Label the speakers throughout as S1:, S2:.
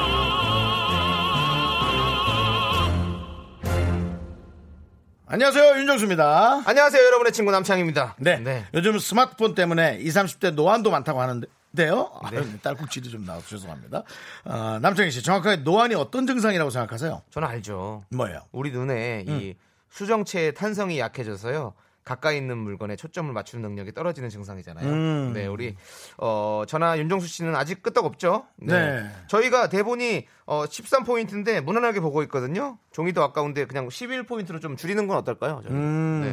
S1: 안녕하세요 윤정수입니다.
S2: 안녕하세요, 여러분의 친구 남창입니다.
S1: 네. 요즘 스마트폰 때문에 20, 30대 노안도 많다고 하는데요. 아유, 딸꾹질이 좀 나와서 죄송합니다. 아, 남창희 씨, 정확하게 노안이 어떤 증상이라고 생각하세요?
S2: 저는 알죠.
S1: 뭐예요?
S2: 우리 눈에
S1: 음.
S2: 이 수정체의 탄성이 약해져서요. 가까이 있는 물건에 초점을 맞추는 능력이 떨어지는 증상이잖아요.
S1: 음.
S2: 네, 우리 어 저나 윤정수 씨는 아직 끄떡 없죠.
S1: 네.
S2: 저희가 대본이 어 13포인트인데 무난하게 보고 있거든요. 종이도 아까운데 그냥 11포인트로 좀 줄이는 건 어떨까요? 저는?
S1: 음.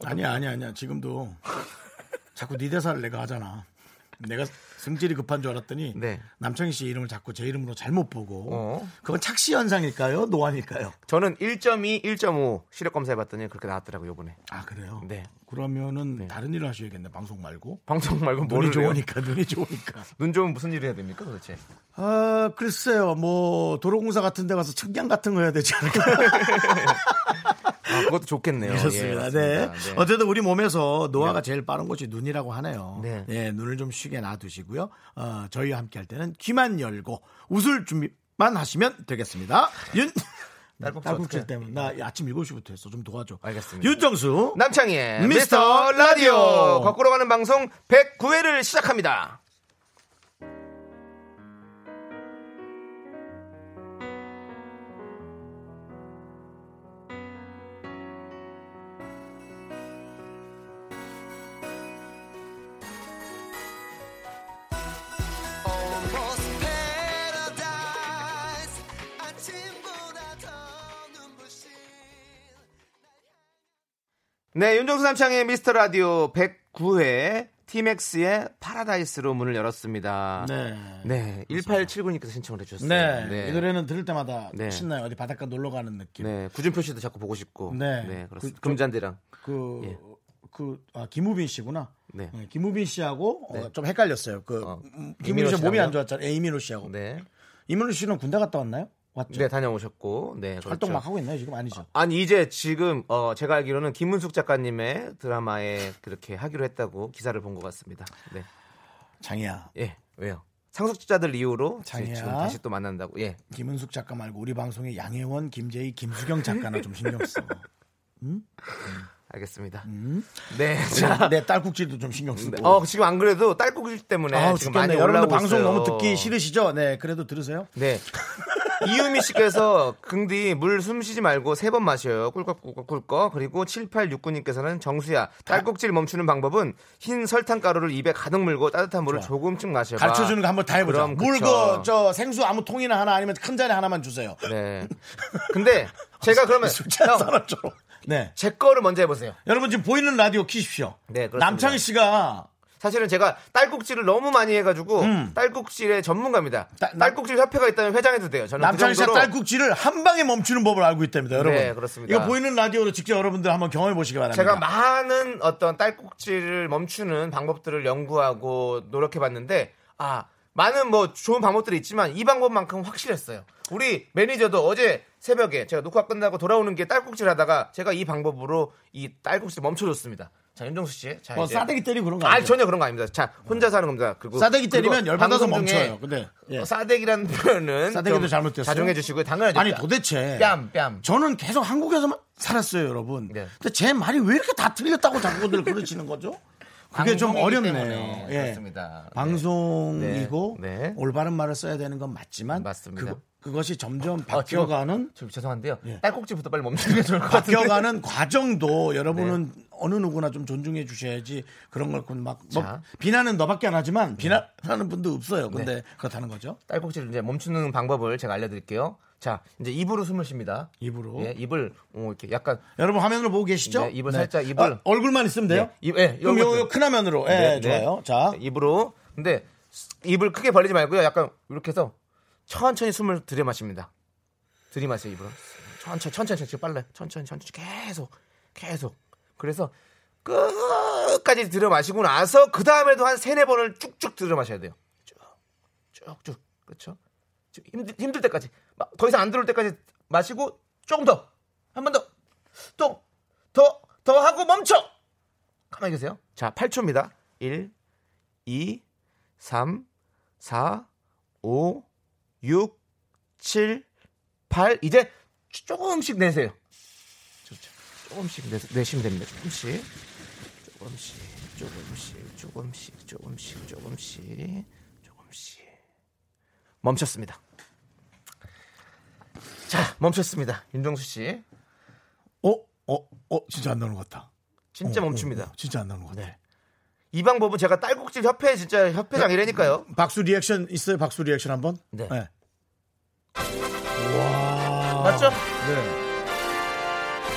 S2: 네.
S1: 아니야, 아니야, 아니야. 지금도 자꾸 네 대사를 내가 하잖아. 내가 승질이 급한 줄 알았더니
S2: 네.
S1: 남창희 씨 이름을 자꾸 제 이름으로 잘못 보고
S2: 어.
S1: 그건 착시 현상일까요? 노안일까요?
S2: 저는 1.2, 1.5 시력 검사해 봤더니 그렇게 나왔더라고요, 요번에.
S1: 아 그래요?
S2: 네.
S1: 그러면은 다른 일을 하셔야겠네 방송 말고
S2: 방송 말고
S1: 눈이
S2: 뭐를 해요?
S1: 좋으니까 눈이 좋으니까
S2: 눈 좋으면 무슨 일을 해야 됩니까, 도대체?
S1: 아 글쎄요 뭐 도로공사 같은 데 가서 측량 같은 거 해야 되지 않을까
S2: 아, 그것도 좋겠네요. 예,
S1: 그렇습니다 네.
S2: 맞습니다. 네.
S1: 어쨌든 우리 몸에서 노화가 제일 빠른 곳이 눈이라고 하네요
S2: 네.
S1: 예, 눈을 좀 쉬게 놔두시고요 어, 저희와 함께 할 때는 귀만 열고 웃을 준비만 하시면 되겠습니다 윤
S2: 딸꾹질
S1: 딸꾹질
S2: 어떡해.
S1: 때문에 나 아침 7시부터 했어 좀 도와줘
S2: 알겠습니다.
S1: 윤정수
S2: 남창희의
S1: 미스터
S2: 미스터
S1: 라디오.
S2: 라디오 거꾸로 가는 방송 109회를 시작합니다. 네, 윤종수 남창희의 미스터 라디오 109회 티맥스의 파라다이스로 문을 열었습니다.
S1: 네.
S2: 네, 1879님께서 신청을 해주셨어요.
S1: 네. 이 노래는 들을 때마다
S2: 네.
S1: 신나요. 어디 바닷가 놀러 가는 느낌.
S2: 네, 구준표 씨도 자꾸 보고 싶고.
S1: 네.
S2: 네, 그렇습니다.
S1: 그-
S2: 금잔디랑.
S1: 그,
S2: 예.
S1: 그, 아, 김우빈 씨구나.
S2: 네.
S1: 네, 김우빈 씨하고 어, 좀 헷갈렸어요. 그,
S2: 어,
S1: 음, 김우빈
S2: 이민호
S1: 씨 몸이
S2: 씨랑요?
S1: 안 좋았잖아요. 예, 이민호 씨하고.
S2: 네.
S1: 이민호 씨는 군대 갔다 왔나요? 왔죠.
S2: 네, 다녀오셨고. 네,
S1: 그렇죠.
S2: 그렇죠. 어.
S1: 활동 막 하고 있나요? 지금 아니죠.
S2: 아니 이제 지금 어, 제가 알기로는 김문숙 작가님의 드라마에 그렇게 하기로 했다고 기사를 본 것 같습니다. 네.
S1: 장이야.
S2: 예. 왜요? 상속자들 이후로
S1: 장이야.
S2: 지금 다시 또 만난다고. 예.
S1: 김은숙 작가 말고 우리 방송에 양혜원, 김재희, 김수경 작가나 좀 신경 써.
S2: 알겠습니다.
S1: 음.
S2: 네. 자.
S1: 내 딸꾹질도 좀 신경 쓰고.
S2: 어, 지금 안 그래도 딸꾹질 때문에
S1: 뭐. 아우,
S2: 지금
S1: 죽겠네.
S2: 많이
S1: 여러분들
S2: 올라오고
S1: 방송
S2: 있어요.
S1: 너무 듣기 싫으시죠? 네, 그래도 들으세요.
S2: 네. 이유미 씨께서 긍디 물 숨 쉬지 말고 세 번 마셔요. 꿀꺽꿀꺽 꿀꺽. 그리고 7869님께서는 정수야 딸꾹질 멈추는 방법은 흰 설탕 가루를 입에 가득 물고 따뜻한 물을
S1: 좋아.
S2: 조금씩 마셔봐.
S1: 가르쳐 주는 거 한번 다 해보자.
S2: 그럼
S1: 물,
S2: 그쵸.
S1: 그, 저, 생수 아무 통이나 하나 아니면 큰 잔에 하나만 주세요.
S2: 네. 근데 제가 그러면
S1: 술잔
S2: 네. 형,
S1: 사람처럼. 네.
S2: 제 거를 먼저 해보세요.
S1: 여러분 지금 보이는 라디오 키십시오.
S2: 네, 그렇습니다.
S1: 남창희 씨가
S2: 사실은 제가 딸꾹질을 너무 많이 해가지고 딸꾹질의 전문가입니다.
S1: 음. 딸- 남-
S2: 딸꾹질 협회가 있다면 회장해도 돼요. 저는
S1: 남창희
S2: 그
S1: 씨가
S2: 정도로
S1: 딸꾹질을 한 방에 멈추는 법을 알고 있답니다, 여러분.
S2: 네, 그렇습니다.
S1: 이거 보이는 라디오로 직접 여러분들 한번 경험해 보시기 바랍니다.
S2: 제가 많은 어떤 딸꾹질을 멈추는 방법들을 연구하고 노력해봤는데 아 많은 뭐 좋은 방법들이 있지만 이 방법만큼 확실했어요. 우리 매니저도 어제 새벽에 제가 녹화 끝나고 돌아오는 게 딸꾹질 하다가 제가 이 방법으로 이 딸꾹질 멈춰줬습니다. 자 윤정수 씨, 자
S1: 뭐
S2: 이제
S1: 싸대기 때리고 그런 거
S2: 아
S1: 아니죠?
S2: 전혀 그런 거 아닙니다. 자 혼자 사는 겁니다. 그리고
S1: 싸대기
S2: 그리고
S1: 때리면 열받아서
S2: 방송 중에
S1: 멈춰요. 근데 예.
S2: 어, 싸대기라는 표현은
S1: 싸대기도
S2: 좀
S1: 잘못됐어요?
S2: 자중해 주시고요. 당연하죠. 그러니까
S1: 아니 도대체
S2: 뺨, 뺨.
S1: 저는 계속 한국에서만 살았어요, 여러분.
S2: 네.
S1: 근데 제 말이 왜 이렇게 다 틀렸다고 자꾸들 그러시는 거죠? 그게 좀
S2: 방송이기
S1: 어렵네요.
S2: 때문에
S1: 예.
S2: 그렇습니다.
S1: 방송이고
S2: 네. 네.
S1: 올바른 말을 써야 되는 건 맞지만
S2: 맞습니다.
S1: 그거- 그것이 점점
S2: 아, 지금-
S1: 바뀌어가는
S2: 좀 죄송한데요.
S1: 예.
S2: 딸꾹질부터 빨리 멈추는 게 좋을 것 같은데. 네.
S1: 바뀌어가는 과정도 여러분은 어느 누구나 좀 존중해 주셔야지 그런 걸막 뭐,
S2: 자. 네.
S1: 비난은 너밖에 안 하지만 비난하는 분도 없어요. 근데 그렇다는 거죠.
S2: 딸꾹질 이제 멈추는 방법을 제가 알려드릴게요. 자, 이제 입으로 숨을 쉽니다.
S1: 입으로.
S2: 예, 입을 어, 이렇게 약간
S1: 여러분 화면으로 보고 계시죠?
S2: 네, 입을 살짝 입을-
S1: 아, 얼굴만 있으면 돼요?
S2: 네, 입- 예,
S1: 그럼 요,
S2: 얼굴.
S1: 요 큰화면으로 예,
S2: 네,
S1: 좋아요.
S2: 네.
S1: 자
S2: 입으로. 근데 입을 크게 벌리지 말고요. 약간 이렇게 해서 천천히 숨을 들여마십니다. 들이마세요 입으로. 천천히 천천히 천천히 빨라요. 천천히 천천히 계속 계속. 그래서 끝까지 들여 마시고 나서 그 다음에도 한 세네 번을 쭉쭉 들여 마셔야 돼요. 쭉쭉 그렇죠. 쭉, 힘들, 힘들 때까지 막, 더 이상 안 들을 때까지 마시고 조금 더 한 번 더 또 더 더 하고 멈춰. 가만히 계세요. 자, 8초입니다. 1, 2, 3, 4, 5, 6, 7, 8. 이제 조금씩 내세요. 좋죠. 조금씩 내, 내시면 됩니다. 조금씩. 조금씩, 조금씩, 조금씩, 조금씩, 조금씩, 조금씩. 멈췄습니다. 자, 멈췄습니다. 윤정수 씨.
S1: 어? 어? 어? 진짜 안 나오는 것 같다.
S2: 진짜
S1: 어, 어,
S2: 멈춥니다. 네.
S1: 어, 진짜 안 나오는 것 같아.
S2: 이 방법은 제가 딸꾹질 협회 진짜
S1: 네.
S2: 협회장이라니까요.
S1: 박수 리액션 있어요? 박수 리액션 한번? 예.
S2: 네.
S1: 맞죠?
S2: 맞죠?
S1: 네.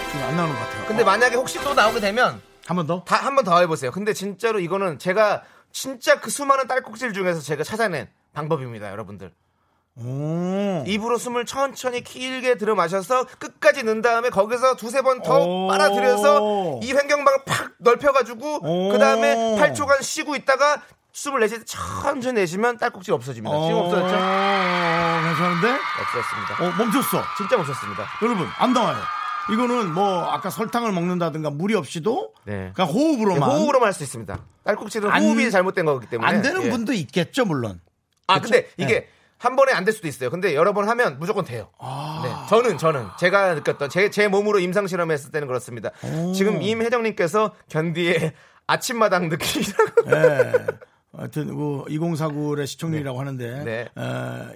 S1: 지금 안 나오는 것 같아요. 어,
S2: 근데 만약에 혹시 또 나오게 되면
S1: 한 번 더?
S2: 다 한 번 더 해보세요. 근데 진짜로 이거는 제가 진짜 그 수많은 딸꾹질 중에서 제가 찾아낸 방법입니다, 여러분들.
S1: 오.
S2: 입으로 숨을 천천히 길게 들어 마셔서 끝까지 넣은 다음에 거기서 두세 번 더
S1: 오.
S2: 빨아들여서 이 횡경박을 팍 넓혀가지고
S1: 오.
S2: 그 다음에 8초간 쉬고 있다가 숨을 내쉴 때 천천히 내쉬면 딸꾹질 없어집니다. 지금 없어졌죠?
S1: 오, 괜찮은데?
S2: 없어졌습니다.
S1: 어, 멈췄어.
S2: 진짜 없어졌습니다.
S1: 여러분, 안 나와요. 이거는 뭐, 아까 설탕을 먹는다든가 무리 없이도
S2: 네.
S1: 그냥 호흡으로만.
S2: 호흡으로만 할 수 있습니다. 딸꾹질은
S1: 안-
S2: 호흡이 잘못된 거기 때문에
S1: 안 되는
S2: 예.
S1: 분도 있겠죠, 물론.
S2: 아 근데 이게
S1: 네.
S2: 한 번에 안 될 수도 있어요. 근데 여러 번 하면 무조건 돼요.
S1: 아.
S2: 네, 저는 저는 제가 느꼈던 제 제 몸으로 임상 실험했을 때는 그렇습니다. 지금 임혜정님께서 견디의 아침마당 느낌이라고.
S1: 예. 하여튼, 2049의 시청률이라고 하는데, 어,
S2: 네.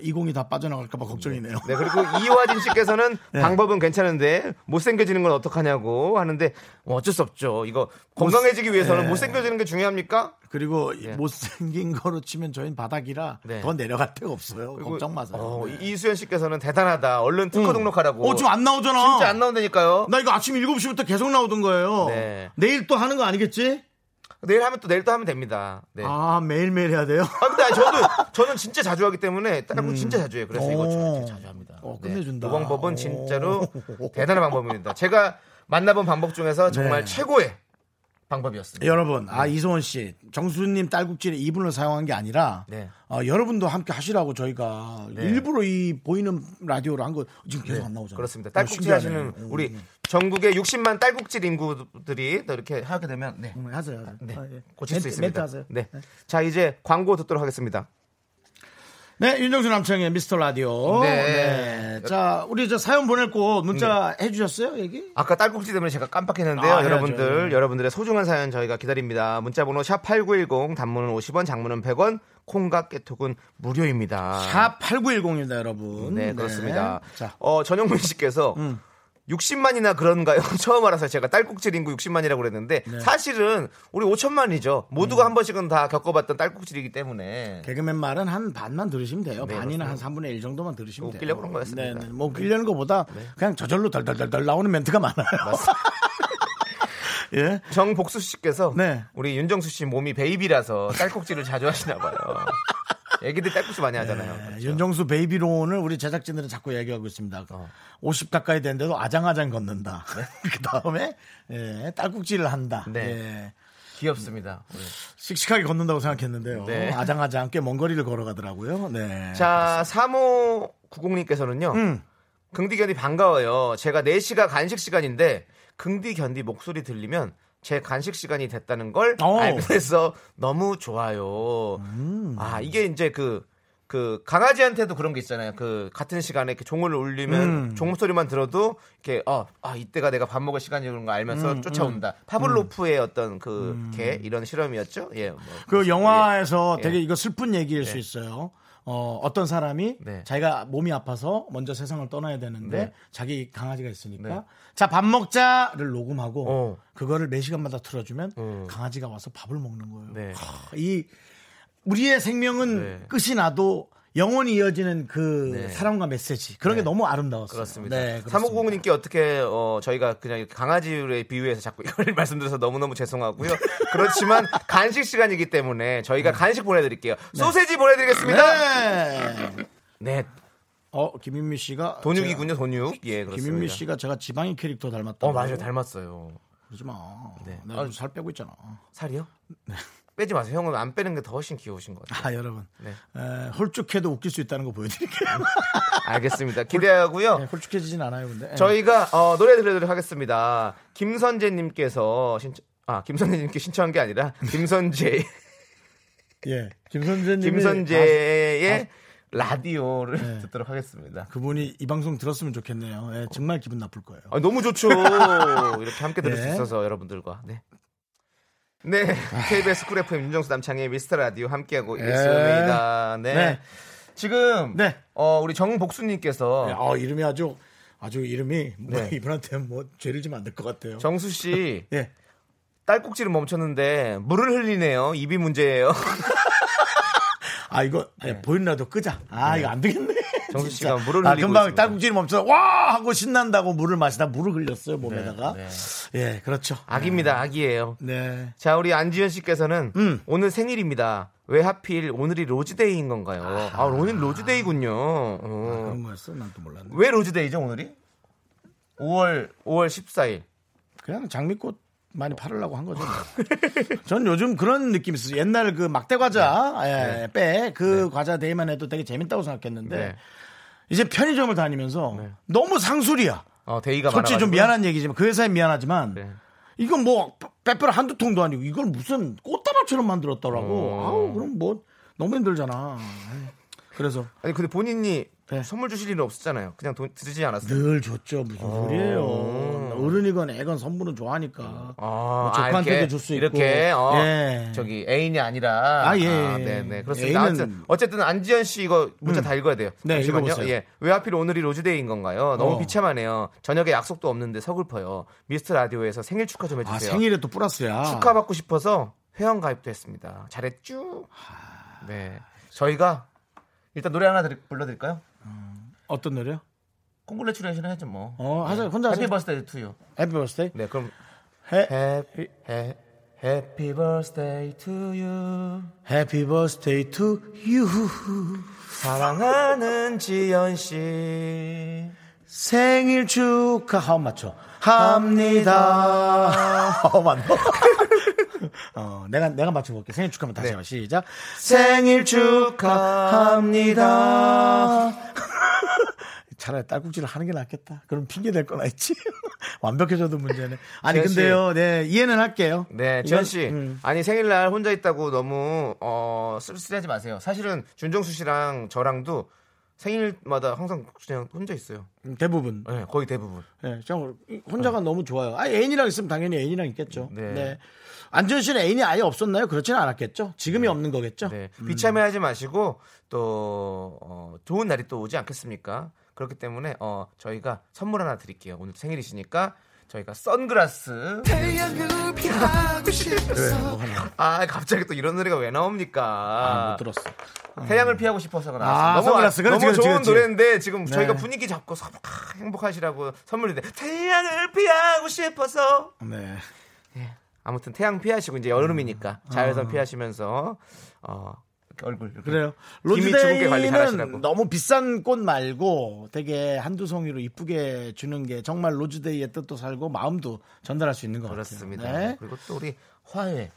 S1: 20이 다 빠져나갈까봐 걱정이네요.
S2: 네 그리고 이화진 씨께서는
S1: 네.
S2: 방법은 괜찮은데 못생겨지는 건 어떡하냐고 하는데 뭐 어쩔 수 없죠. 이거 건강해지기 위해서는
S1: 네.
S2: 못생겨지는 게 중요합니까?
S1: 그리고 이 못생긴 거로 치면 저희는 바닥이라
S2: 네.
S1: 더 내려갈 데가 없어요. 걱정 마세요. 네.
S2: 어, 이수연 씨께서는 대단하다. 얼른 특허 등록하라고.
S1: 어, 지금 안 나오잖아.
S2: 진짜 안 나온다니까요.
S1: 나 이거 아침 7시부터 계속 나오던 거예요.
S2: 네.
S1: 내일 또 하는 거 아니겠지?
S2: 내일 하면 또 내일 또 하면 됩니다. 네.
S1: 아, 매일매일 해야 돼요?
S2: 아 근데 아니, 저도 저는 진짜 자주 하기 때문에 딸하고 진짜 자주 해요. 그래서 이거
S1: 오.
S2: 진짜 자주 합니다.
S1: 음. 어, 끝내준다.
S2: 이 방법은 진짜로
S1: 오.
S2: 대단한 방법입니다. 제가 만나본 방법 중에서 정말
S1: 네.
S2: 최고의 방법이었습니다.
S1: 여러분, 아,
S2: 네.
S1: 이소원 씨, 정수님 딸꾹질에 이분을 사용한 게 아니라,
S2: 네.
S1: 어, 여러분도 함께 하시라고 저희가 일부러 이 보이는 라디오로 한 거 지금 계속 안 나오잖아요.
S2: 네, 그렇습니다.
S1: 어,
S2: 딸꾹질
S1: 신기하네요.
S2: 하시는
S1: 음,
S2: 우리
S1: 음.
S2: 전국의 60만 딸꾹질 인구들이 또 이렇게 하게 되면 네.
S1: 음, 하세요. 하세요.
S2: 네.
S1: 아, 예.
S2: 고칠
S1: 멘트,
S2: 수 있습니다.
S1: 멘트 하세요.
S2: 네. 자, 이제 광고 듣도록 하겠습니다.
S1: 네, 윤정수 남창의 미스터 라디오.
S2: 네.
S1: 네. 자, 우리 저 사연 보냈고 문자 해주셨어요, 얘기?
S2: 아까 딸꾹질 때문에 제가 깜빡했는데요.
S1: 아,
S2: 여러분들,
S1: 해야죠.
S2: 여러분들의 소중한 사연 저희가 기다립니다. 문자번호 샵8910, 단문은 50원, 장문은 100원, 콩과 깨톡은 무료입니다.
S1: 샵 8910입니다, 여러분.
S2: 네, 그렇습니다.
S1: 자, 음.
S2: 어, 전영민 씨께서 60만이나 그런가요? 처음 알아서 제가 딸꾹질 인구 60만이라고 그랬는데
S1: 네.
S2: 사실은 우리 5천만이죠. 모두가 한 번씩은 다 겪어봤던 딸꾹질이기 때문에
S1: 음. 개그맨 말은 한 반만 들으시면 돼요.
S2: 네,
S1: 반이나 한 3분의 1 정도만 들으시면 돼요.
S2: 웃기려고 그런 거였습니다. 네.
S1: 네, 네. 뭐 웃기려는 것보다 그냥 저절로 덜덜덜덜 나오는 멘트가 많아요. 예.
S2: 네, 정복수 씨께서
S1: 네.
S2: 우리 윤정수 씨 몸이 베이비라서 딸꾹질을 자주 하시나 봐요. 애기들 딸꾹질 많이 하잖아요.
S1: 네,
S2: 그렇죠?
S1: 윤정수 베이비론을 우리 제작진들은 자꾸 얘기하고 있습니다.
S2: 어.
S1: 50 가까이 됐는데도 아장아장 걷는다. 그 다음에 예, 딸꾹질을 한다.
S2: 네.
S1: 예.
S2: 귀엽습니다. 우리.
S1: 씩씩하게 걷는다고 생각했는데요.
S2: 네.
S1: 아장아장 꽤 먼 거리를 걸어가더라고요. 네. 음.
S2: 자, 3590님께서는요. 긍디 견디 반가워요. 제가 4시가 간식 시간인데 긍디 견디 목소리 들리면 제 간식 시간이 됐다는 걸
S1: 오.
S2: 알고 해서 너무 좋아요.
S1: 음.
S2: 아, 이게 이제 그, 그 강아지한테도 그런 게 있잖아요. 그 같은 시간에 이렇게 종을 울리면
S1: 음.
S2: 종 소리만 들어도 이렇게 어, 아, 이때가 내가 밥 먹을 시간이라는 걸
S1: 음,
S2: 알면서 쫓아온다. 파블로프의 어떤 그 개 이런 실험이었죠. 예. 뭐.
S1: 그 영화에서
S2: 예.
S1: 되게 이거 슬픈 얘기일 수 있어요. 어, 어떤 사람이
S2: 네.
S1: 자기가 몸이 아파서 먼저 세상을 떠나야 되는데
S2: 네.
S1: 자기 강아지가 있으니까
S2: 네.
S1: 자 밥 먹자를 녹음하고
S2: 어.
S1: 그거를 매 시간마다 틀어주면
S2: 어.
S1: 강아지가 와서 밥을 먹는 거예요.
S2: 네.
S1: 하, 이 우리의 생명은
S2: 네.
S1: 끝이 나도 영원히 이어지는 그
S2: 네.
S1: 사랑과 메시지 그런 게 너무 아름다웠어요.
S2: 그렇습니다.
S1: 네, 그렇습니다.
S2: 3590님께 어떻게 어, 저희가 그냥 이렇게 강아지를 비유해서 자꾸 이걸 말씀드려서 너무너무 죄송하고요. 그렇지만 간식 시간이기 때문에 저희가 간식 보내드릴게요. 소세지 보내드리겠습니다.
S1: 네.
S2: 네,
S1: 어 김인미 씨가
S2: 돈육이군요, 돈육. 예, 그렇습니다.
S1: 김인미 씨가 제가 지방인 캐릭터 닮았다.
S2: 어, 맞아요. 닮았어요.
S1: 그러지 마.
S2: 네.
S1: 내가
S2: 아,
S1: 요즘 살 빼고 있잖아.
S2: 살이요?
S1: 네.
S2: 빼지 마세요. 형은 안 빼는 게 더 훨씬 귀여우신 것 같아요.
S1: 아 여러분,
S2: 네.
S1: 에, 홀쭉해도 웃길 수 있다는 거 보여드릴게요.
S2: 알겠습니다. 기대하고요.
S1: 네, 홀쭉해지진 않아요, 근데.
S2: 저희가 어, 노래 들려드리도록 하겠습니다. 김선재님께서 신청, 아 김선재님께 신청한 게 아니라 김선재
S1: 예, 김선재님.
S2: 김선재의 라디오를
S1: 아, 네.
S2: 듣도록 하겠습니다.
S1: 그분이 이 방송 들었으면 좋겠네요. 예, 정말 기분 나쁠 거예요.
S2: 아, 너무 좋죠. 이렇게 함께 들을 수
S1: 네.
S2: 있어서 여러분들과 네. 네, KBS 쿨 FM 윤정수 남창의 미스터 라디오 함께하고
S1: 예.
S2: 있습니다. 네.
S1: 네.
S2: 지금
S1: 네.
S2: 어, 우리 정복수님께서
S1: 예, 어, 이름이 아주 아주 이름이 뭐
S2: 네.
S1: 이분한테 뭐 죄를 지면 안 될 것 같아요.
S2: 정수 씨
S1: 예,
S2: 딸꾹질은 멈췄는데 물을 흘리네요. 입이 문제예요.
S1: 아 이거 예, 보이는 라도 끄자. 아 이거 안 되겠네.
S2: 정수
S1: 진짜.
S2: 씨가 물을
S1: 아,
S2: 흘리고
S1: 금방
S2: 있습니다.
S1: 딸꾹질이 멈춰서 와 하고 신난다고 물을 마시다 물을 흘렸어요 몸에다가. 예, 그렇죠.
S2: 악입니다. 악이에요.
S1: 네.
S2: 자, 우리 안지현 씨께서는 오늘 생일입니다. 왜 하필 오늘이 로즈데이인 건가요? 아, 오늘 로즈데이군요. 어.
S1: 그런 거였어? 난 또 몰랐네.
S2: 왜 로즈데이죠, 오늘이? 5월 5월 14일.
S1: 그냥 장미꽃
S2: 어.
S1: 많이 팔으려고 한 거죠. 뭐. 전 요즘 그런 느낌이 있어요. 옛날 그 막대
S2: 네.
S1: 과자 예, 빼그 과자 데이만 해도 되게 재밌다고 생각했는데
S2: 네.
S1: 이제 편의점을 다니면서 너무 상술이야.
S2: 어, 데이가
S1: 솔직히 좀
S2: 많아가지고.
S1: 미안한 얘기지만 그 회사에 미안하지만
S2: 네.
S1: 이건 뭐 빼빼로 한두 통도 아니고 이걸 무슨 꽃다발처럼 만들었더라고.
S2: 어.
S1: 아우 그럼 뭐 너무 힘들잖아. 에이. 그래서
S2: 아니 근데 본인이
S1: 네.
S2: 선물 주실 일은 없었잖아요. 그냥 돈 드리지 않았어요.
S1: 늘 줬죠 무슨 소리예요. 어른이건 애건 선물은 좋아하니까. 뭐
S2: 아,
S1: 조카한테도
S2: 이렇게,
S1: 줄수 있고.
S2: 이렇게 어,
S1: 예.
S2: 저기 애인이 아니라
S1: 아, 예.
S2: 네네 그렇습니다.
S1: 애인은-
S2: 아무튼 어쨌든 안지현 씨 이거 문자 다 읽어야 돼요.
S1: 네,
S2: 잠시만요.
S1: 읽어보세요.
S2: 예. 왜 하필 오늘이 로즈데이인 건가요? 너무
S1: 어.
S2: 비참하네요. 저녁에 약속도 없는데 서글퍼요. 미스터 라디오에서 생일 축하 좀 해주세요.
S1: 아 생일에 또 플러스야.
S2: 축하받고 싶어서 회원 가입도 했습니다. 잘했죠? 네. 저희가 일단 노래 하나 드리- 불러드릴까요?
S1: 어떤 노래요?
S2: 콩글레츄레이션 해야죠 뭐.
S1: 어, 하세요. 혼자
S2: 해피
S1: 하세요.
S2: 버스데이 투유.
S1: 해피 버스데이.
S2: 네, 그럼
S1: 해
S2: 해피 해 해피 버스데이 투유.
S1: 해피 버스데이 투 유.
S2: 사랑하는 지연 씨.
S1: 생일 축하 하음 맞춰. 합니다. 어, 맞나? 어, 내가 내가 맞춰 볼게. 생일 축하면
S2: 네.
S1: 다시 와. 시작. 생일 축하합니다. 차라리 딸꾹질을 하는 게 낫겠다. 그럼 핑계 될 거나 있지. 완벽해져도 문제네. 아니
S2: 지연 씨.
S1: 근데요. 네, 이해는 할게요.
S2: 네,
S1: 이건-
S2: 지현 씨.
S1: 음.
S2: 아니 생일날 혼자 있다고 너무 어 쓸쓸하지 마세요. 사실은 준정수 씨랑 저랑도 생일마다 항상 그냥 혼자 있어요.
S1: 음, 대부분
S2: 네, 거의 대부분.
S1: 네, 저 혼자가 너무 좋아요. 아, 애인이랑 있으면 당연히 애인이랑 있겠죠.
S2: 네.
S1: 네. 안전 씨는 애인이 아예 없었나요? 그렇지는 않았겠죠. 지금이 없는 거겠죠.
S2: 네, 비참해하지 마시고 또 어, 좋은 날이 또 오지 않겠습니까? 그렇기 때문에 어, 저희가 선물 하나 드릴게요. 오늘 생일이시니까 저희가 선글라스.
S1: 네,
S2: 아 갑자기 또 이런 노래가 왜 나옵니까?
S1: 아, 뭐 못 들었어.
S2: 태양을 피하고 싶어서가
S1: 아,
S2: 나왔어요. 너무,
S1: 선글라스. 그렇지,
S2: 너무
S1: 그렇지,
S2: 좋은
S1: 그렇지.
S2: 노래인데 지금
S1: 네.
S2: 저희가 분위기 잡고 서- 아, 행복하시라고 선물인데 태양을 피하고 싶어서
S1: 네.
S2: 아무튼 태양 피하시고 이제 여름이니까
S1: 음. 아.
S2: 자외선 피하시면서 어, 이렇게 얼굴 이렇게.
S1: 그래요.
S2: 김이 죽은 게 관리 잘하시라고.
S1: 로즈데이는 너무 비싼 꽃 말고 되게 한두 송이로 이쁘게 주는 게 정말 로즈데이의 뜻도 살고 마음도 전달할 수 있는 것
S2: 그렇습니다.
S1: 같아요. 네.
S2: 그리고 또 우리 화해.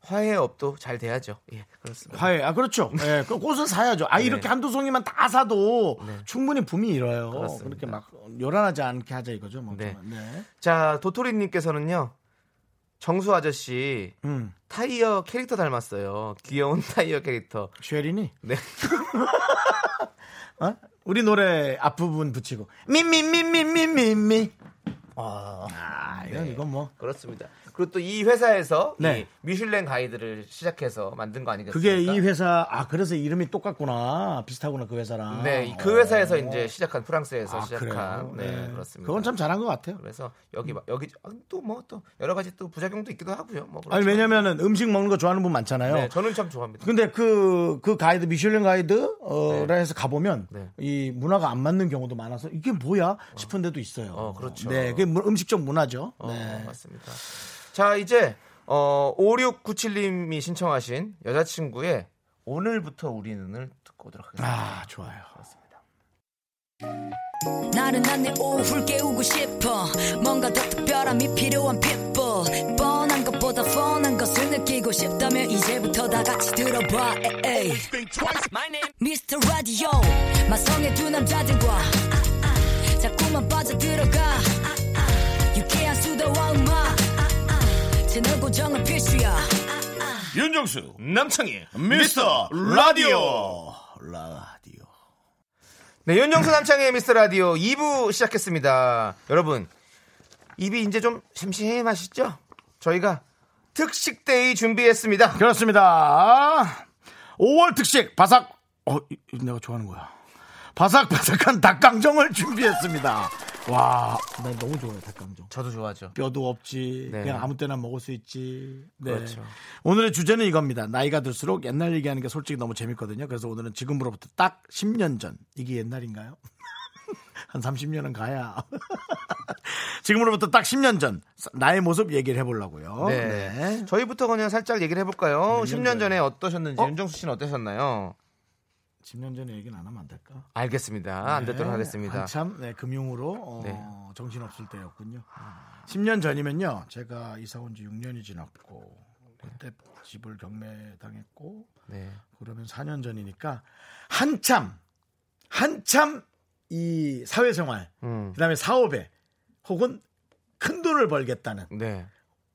S2: 화해업도 잘 돼야죠. 예, 그렇습니다.
S1: 화해. 아, 그렇죠.
S2: 네.
S1: 예, 그 꽃을 사야죠. 아, 이렇게 한두 송이만 다 사도 충분히 붐이 일어요.
S2: 네. 그렇습니다.
S1: 그렇게 막 요란하지 않게 하자 이거죠. 뭐.
S2: 네.
S1: 정말. 네.
S2: 자, 도토리님께서는요. 정수 아저씨
S1: 음.
S2: 타이어 캐릭터 닮았어요. 귀여운 타이어 캐릭터.
S1: 쉐린이
S2: 네.
S1: 어? 우리 노래 앞부분 붙이고 미미미미미미미 아 이건
S2: 네.
S1: 이건 뭐
S2: 그렇습니다. 그리고 또 이 회사에서
S1: 네.
S2: 이 미슐랭 가이드를 시작해서 만든 거 아니겠습니까?
S1: 그게 이 회사 아 그래서 이름이 똑같구나 비슷하구나 그 회사랑
S2: 네, 그 회사에서 이제 시작한 프랑스에서
S1: 아,
S2: 시작한
S1: 그래요?
S2: 네, 그렇습니다. 그렇죠.
S1: 건참 잘한 것 같아요
S2: 그래서 여기 막- 여기 또 뭐 또 여러 가지 또 부작용도 있기도 하고요. 뭐
S1: 아니
S2: 그렇지만.
S1: 왜냐면은 음식 먹는 거 좋아하는 분 많잖아요
S2: 네, 저는 참 좋아합니다.
S1: 근데 그, 그 가이드, 미슐랭 가이드, 어, 라 해서 가보면,
S2: 네.
S1: 이 문화가 안 맞는 경우도 많아서, 이게 뭐야? 싶은 데도 있어요.
S2: 어, 그렇죠.
S1: 네, 그게 문- 음식적 문화죠.
S2: 어,
S1: 네.
S2: 맞습니다. 자, 이제 어 5697님이 신청하신 여자친구의 오늘부터 우리는을 듣고 오도록 하겠습니다.
S1: 아, 좋아요.
S3: 나른한 내 오후를 깨우고 싶어 뭔가 더 특별함이 필요한 people 뻔한 것보다 뻔한 것을 느끼고 싶다면 이제부터 다 같이 들어봐 에이. Mr. Radio 마성의 두 남자들과 자꾸만 빠져들어가 유쾌한 수다와 음악 채널 고정은 필수야
S1: 윤정수 남창희 미스터 라디오 라디오
S2: 네, 윤정수 남창의 미스터 라디오 2부 시작했습니다. 여러분, 입이 이제 좀 심심하시죠? 저희가 특식데이 준비했습니다.
S1: 그렇습니다 5월 특식 바삭 어 이- 이 내가 좋아하는 거야 바삭바삭한 닭강정을 준비했습니다 와나 너무 좋아요 닭강정
S2: 저도 좋아하죠.
S1: 뼈도 없지
S2: 네.
S1: 그냥 아무 때나 먹을 수 있지 네.
S2: 그렇죠.
S1: 오늘의 주제는 이겁니다 나이가 들수록 옛날 얘기하는 게 솔직히 너무 재밌거든요 그래서 오늘은 지금으로부터 딱 10년 전 이게 옛날인가요? 한 30년은 가야 지금으로부터 딱 10년 전 나의 모습 얘기를 해보려고요
S2: 네.
S1: 네.
S2: 저희부터 그냥 살짝 얘기를 해볼까요? 10년
S1: 전에.
S2: 전에 어떠셨는지, 윤정수 씨는 어떠셨나요?
S1: 10년 전에 얘기는 안 하면 안 될까?
S2: 알겠습니다. 안 듣도록
S1: 네,
S2: 하겠습니다.
S1: 한참 네, 금융으로 어,
S2: 네.
S1: 정신없을 때였군요. 10년 전이면요. 제가 이사 온 지 6년이 지났고 그때 집을 경매당했고
S2: 네.
S1: 그러면 4년 전이니까 한참 한참 이 사회생활
S2: 음.
S1: 그다음에 사업에 혹은 큰 돈을 벌겠다는
S2: 네.